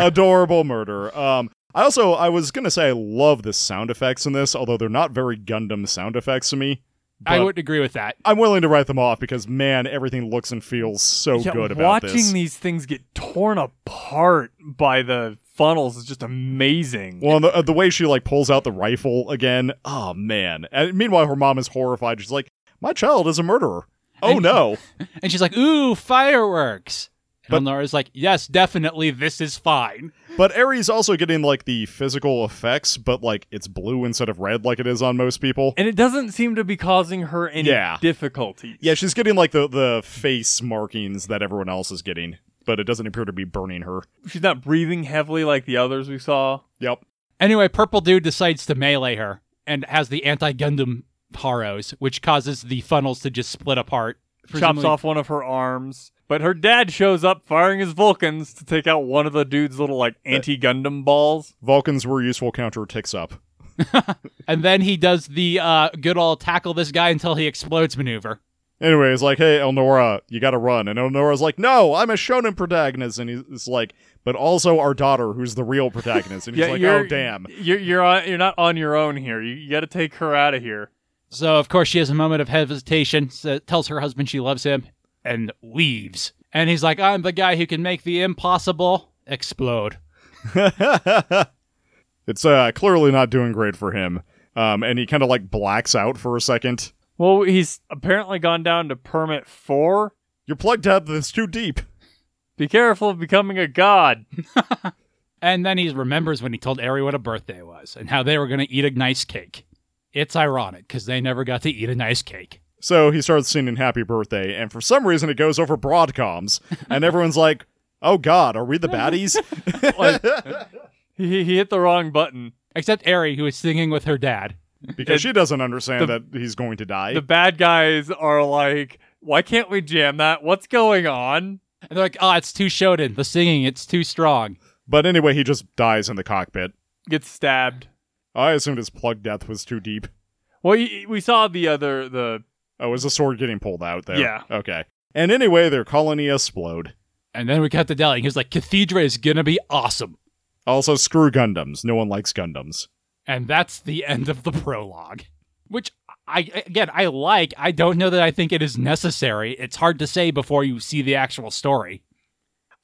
[SPEAKER 2] <laughs> Adorable murder. Um, I also I was gonna say I love the sound effects in this, although they're not very Gundam sound effects to me.
[SPEAKER 1] I
[SPEAKER 2] but
[SPEAKER 1] would agree with that.
[SPEAKER 2] I'm willing to write them off because man, everything looks and feels so
[SPEAKER 3] Yeah,
[SPEAKER 2] good about
[SPEAKER 3] watching
[SPEAKER 2] this.
[SPEAKER 3] these things get torn apart by the funnels is just amazing.
[SPEAKER 2] Well, and the, uh, the way she like pulls out the rifle again. Oh man! And meanwhile, her mom is horrified. She's like, "My child is a murderer." Oh
[SPEAKER 1] And-
[SPEAKER 2] no!
[SPEAKER 1] And she's like, ooh, fireworks.
[SPEAKER 2] But-
[SPEAKER 1] and Laura's like, yes, definitely, this is fine.
[SPEAKER 2] But Ares also getting like the physical effects, but like it's blue instead of red, like it is on most people.
[SPEAKER 3] and it doesn't seem to be causing her any
[SPEAKER 2] Yeah.
[SPEAKER 3] difficulties.
[SPEAKER 2] Yeah, she's getting like the the face markings that everyone else is getting, but it doesn't appear to be burning her.
[SPEAKER 3] she's not breathing heavily like the others we saw.
[SPEAKER 2] Yep.
[SPEAKER 1] Anyway, Purple Dude decides to melee her and has the anti Gundam Haros, which causes the funnels to just split apart.
[SPEAKER 3] chops off one of her arms. But her dad shows up firing his Vulcans to take out one of the dude's little like anti Gundam balls.
[SPEAKER 2] Vulcans were useful counter ticks up.
[SPEAKER 1] And then he does the uh, good old tackle this guy until he explodes maneuver.
[SPEAKER 2] Anyway, it's like, hey, Elnora, you gotta run. And Elnora's like, no, I'm a shonen protagonist. And he's it's like, but also our daughter, who's the real protagonist.
[SPEAKER 3] <laughs>
[SPEAKER 2] And he's like, oh, damn.
[SPEAKER 3] You're you're on, you're not on your own here. You, you got to take her out of here.
[SPEAKER 1] So, of course, she has a moment of hesitation, so tells her husband she loves him, and leaves. And he's like, I'm the guy who can make the impossible explode.
[SPEAKER 2] It's uh, clearly not doing great for him. Um, and he kind of like blacks out for a second.
[SPEAKER 3] Well, he's apparently gone down to permit four.
[SPEAKER 2] Your plug tab is too deep.
[SPEAKER 3] Be careful of becoming a god.
[SPEAKER 1] And then he remembers when he told Ari what a birthday was and how they were going to eat a nice cake. It's ironic because they never got to eat a nice cake.
[SPEAKER 2] So he starts singing Happy Birthday, and for some reason it goes over Broadcoms, and everyone's like, oh god, are we the baddies?
[SPEAKER 3] <laughs> Like, he, he hit the wrong button.
[SPEAKER 1] Except Ari, who is singing with her dad.
[SPEAKER 2] <laughs> Because she doesn't understand
[SPEAKER 3] The-
[SPEAKER 2] that he's going to die.
[SPEAKER 3] The bad guys are like, why can't we jam that? What's going on?
[SPEAKER 1] And they're like, oh, it's too shonen. The singing, it's too strong.
[SPEAKER 2] but anyway, he just dies in the cockpit.
[SPEAKER 3] Gets stabbed.
[SPEAKER 2] I assumed his plug death was too deep.
[SPEAKER 3] Well, y- we saw the other the
[SPEAKER 2] Oh, is the sword getting pulled out there?
[SPEAKER 3] Yeah.
[SPEAKER 2] Okay. And anyway, their colony explode.
[SPEAKER 1] And then we cut to Deli, and he's like, Cathedra is going to be awesome.
[SPEAKER 2] Also, screw Gundams. No one likes Gundams.
[SPEAKER 1] And that's the end of the prologue, which I, again, I like. I don't know that I think it is necessary. It's hard to say before you see the actual story.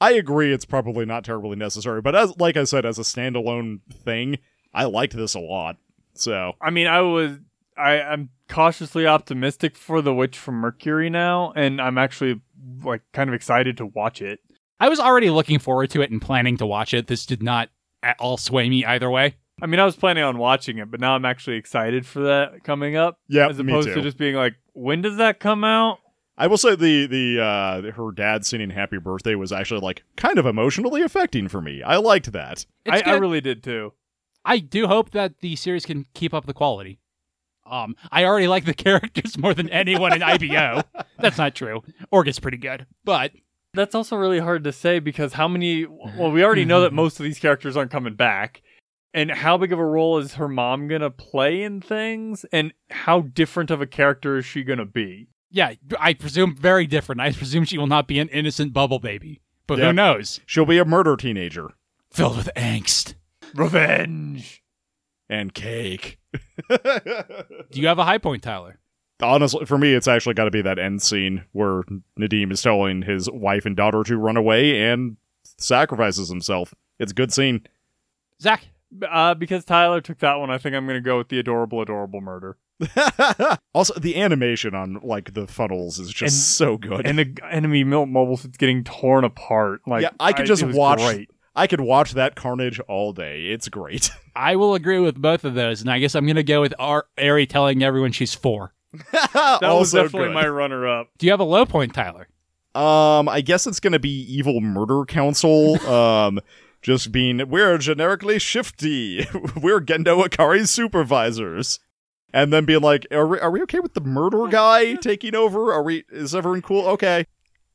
[SPEAKER 2] I agree it's probably not terribly necessary, but as like I said, as a standalone thing, I liked this a lot. So
[SPEAKER 3] I mean, I was I I'm cautiously optimistic for the Witch from Mercury now, and I'm actually like kind of excited to watch it.
[SPEAKER 1] I was already looking forward to it and planning to watch it. This did not at all sway me either way.
[SPEAKER 3] I mean, I was planning on watching it, but now I'm actually excited for that coming up.
[SPEAKER 2] yeah,
[SPEAKER 3] as
[SPEAKER 2] me
[SPEAKER 3] opposed
[SPEAKER 2] too.
[SPEAKER 3] to just being like, when does that come out?
[SPEAKER 2] I will say the the uh, her dad singing "Happy Birthday" was actually like kind of emotionally affecting for me. I liked that.
[SPEAKER 3] I,
[SPEAKER 1] It's
[SPEAKER 3] I
[SPEAKER 1] good.
[SPEAKER 3] really did too.
[SPEAKER 1] I do hope that the series can keep up the quality. Um, I already like the <laughs> characters more than anyone in IBO. That's not true. Orga's pretty good, but
[SPEAKER 3] That's also really hard to say because
[SPEAKER 2] <laughs>
[SPEAKER 3] how many? Well, we already
[SPEAKER 2] Mm-hmm.
[SPEAKER 3] know that most of these characters aren't coming back, and how big of a role is her mom gonna play in things, and how different of a character is she gonna be?
[SPEAKER 1] yeah, I presume very different. I presume she will not be an innocent bubble baby, but
[SPEAKER 2] Yeah.
[SPEAKER 1] who knows?
[SPEAKER 2] She'll be a murder teenager
[SPEAKER 1] Filled with angst.
[SPEAKER 3] Revenge.
[SPEAKER 2] and cake. <laughs>
[SPEAKER 1] Do you have a high point, Tyler?
[SPEAKER 2] Honestly, for me, it's actually got to be that end scene where Nadim is telling his wife and daughter to run away and sacrifices himself. It's a good
[SPEAKER 3] <laughs>
[SPEAKER 2] scene.
[SPEAKER 1] Zach,
[SPEAKER 3] Uh, because Tyler took that one, I think I'm gonna go with the adorable, adorable murder.
[SPEAKER 2] also, the animation on like the funnels is just
[SPEAKER 3] And-
[SPEAKER 2] so good.
[SPEAKER 3] and the g- enemy mil- mobile suit's getting torn apart. Like
[SPEAKER 2] Yeah, I could just
[SPEAKER 3] it was
[SPEAKER 2] watch-
[SPEAKER 3] Great.
[SPEAKER 2] I could watch that carnage all day. It's great.
[SPEAKER 1] I will agree with both of those, and I guess I'm going to go with Ar- Ari telling everyone she's four.
[SPEAKER 2] that
[SPEAKER 3] <laughs> That was definitely my runner-up.
[SPEAKER 1] Do you have a low point, Tyler?
[SPEAKER 2] Um, I guess it's gonna be Evil Murder Council. um, just being we're generically shifty. <laughs> we're Gendo Akari's supervisors, and then being like, are we, are we okay with the murder guy taking over? Are we? Is everyone cool? Okay.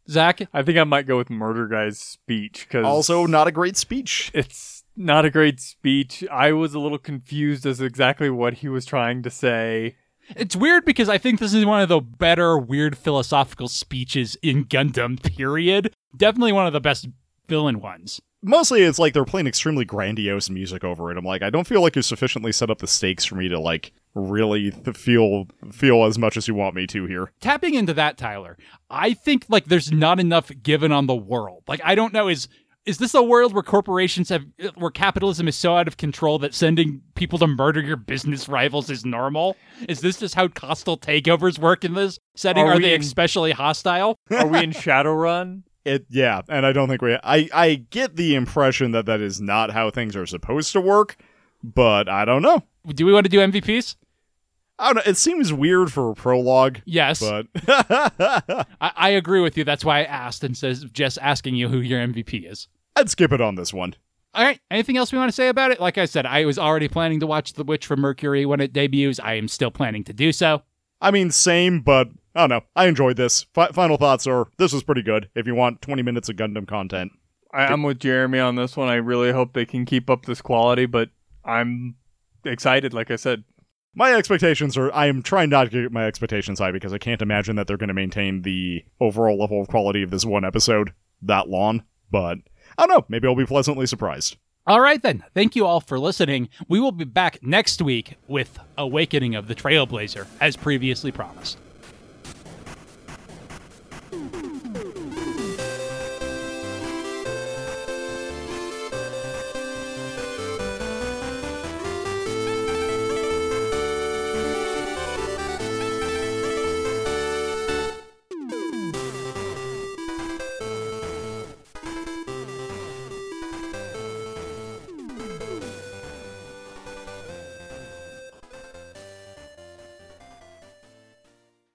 [SPEAKER 1] Zach,
[SPEAKER 3] I think I might go with Murder Guy's speech because
[SPEAKER 2] Also, not a great speech.
[SPEAKER 3] it's not a great speech. I was a little confused as to exactly what he was trying
[SPEAKER 2] <laughs>
[SPEAKER 3] to say.
[SPEAKER 1] It's weird because I think this is one of the better weird philosophical speeches in Gundam, period. Definitely one of the best villain ones.
[SPEAKER 2] Mostly, it's like they're playing extremely grandiose music over it. I'm like, I don't feel like you sufficiently set up the stakes for me to like really th- feel feel as much as you want me to here.
[SPEAKER 1] Tapping into that, Tyler, I think like there's not enough given on the world. Like I don't know is is this a world where corporations have where capitalism is so out of control that sending people to murder your business rivals is normal? Is this just how hostile takeovers work in this setting?
[SPEAKER 3] Are
[SPEAKER 1] Are,
[SPEAKER 3] we
[SPEAKER 1] they
[SPEAKER 3] in-
[SPEAKER 1] especially hostile?
[SPEAKER 3] Are we in Shadowrun?
[SPEAKER 2] It yeah, and I don't think we. I I get the impression that that is not how things are supposed to work, but I don't know.
[SPEAKER 1] Do we want to do MVPs?
[SPEAKER 2] I don't know. It seems weird for a prologue,
[SPEAKER 1] Yes.
[SPEAKER 2] but <laughs>
[SPEAKER 1] I, I agree with you. That's why I asked instead of just asking you who your MVP is.
[SPEAKER 2] I'd skip it on this one.
[SPEAKER 1] All right. Anything else we want to say about it? Like I said, I was already planning to watch The Witch from Mercury when it debuts. I am still planning to do so.
[SPEAKER 2] I mean, same, but I don't know. I enjoyed this. Fi final thoughts are: this was pretty good. If you want 20 minutes of Gundam content,
[SPEAKER 3] I, I'm with Jeremy on this one. I really hope they can keep up this quality, but I'm excited. Like I said,
[SPEAKER 2] my expectations are. I am trying not to get my expectations high because I can't imagine that they're going to maintain the overall level of quality of this one episode that long. But I don't know. Maybe I'll be pleasantly surprised.
[SPEAKER 1] All right, then. Thank you all for listening. We will be back next week with Awakening of the Trailblazer, as previously promised.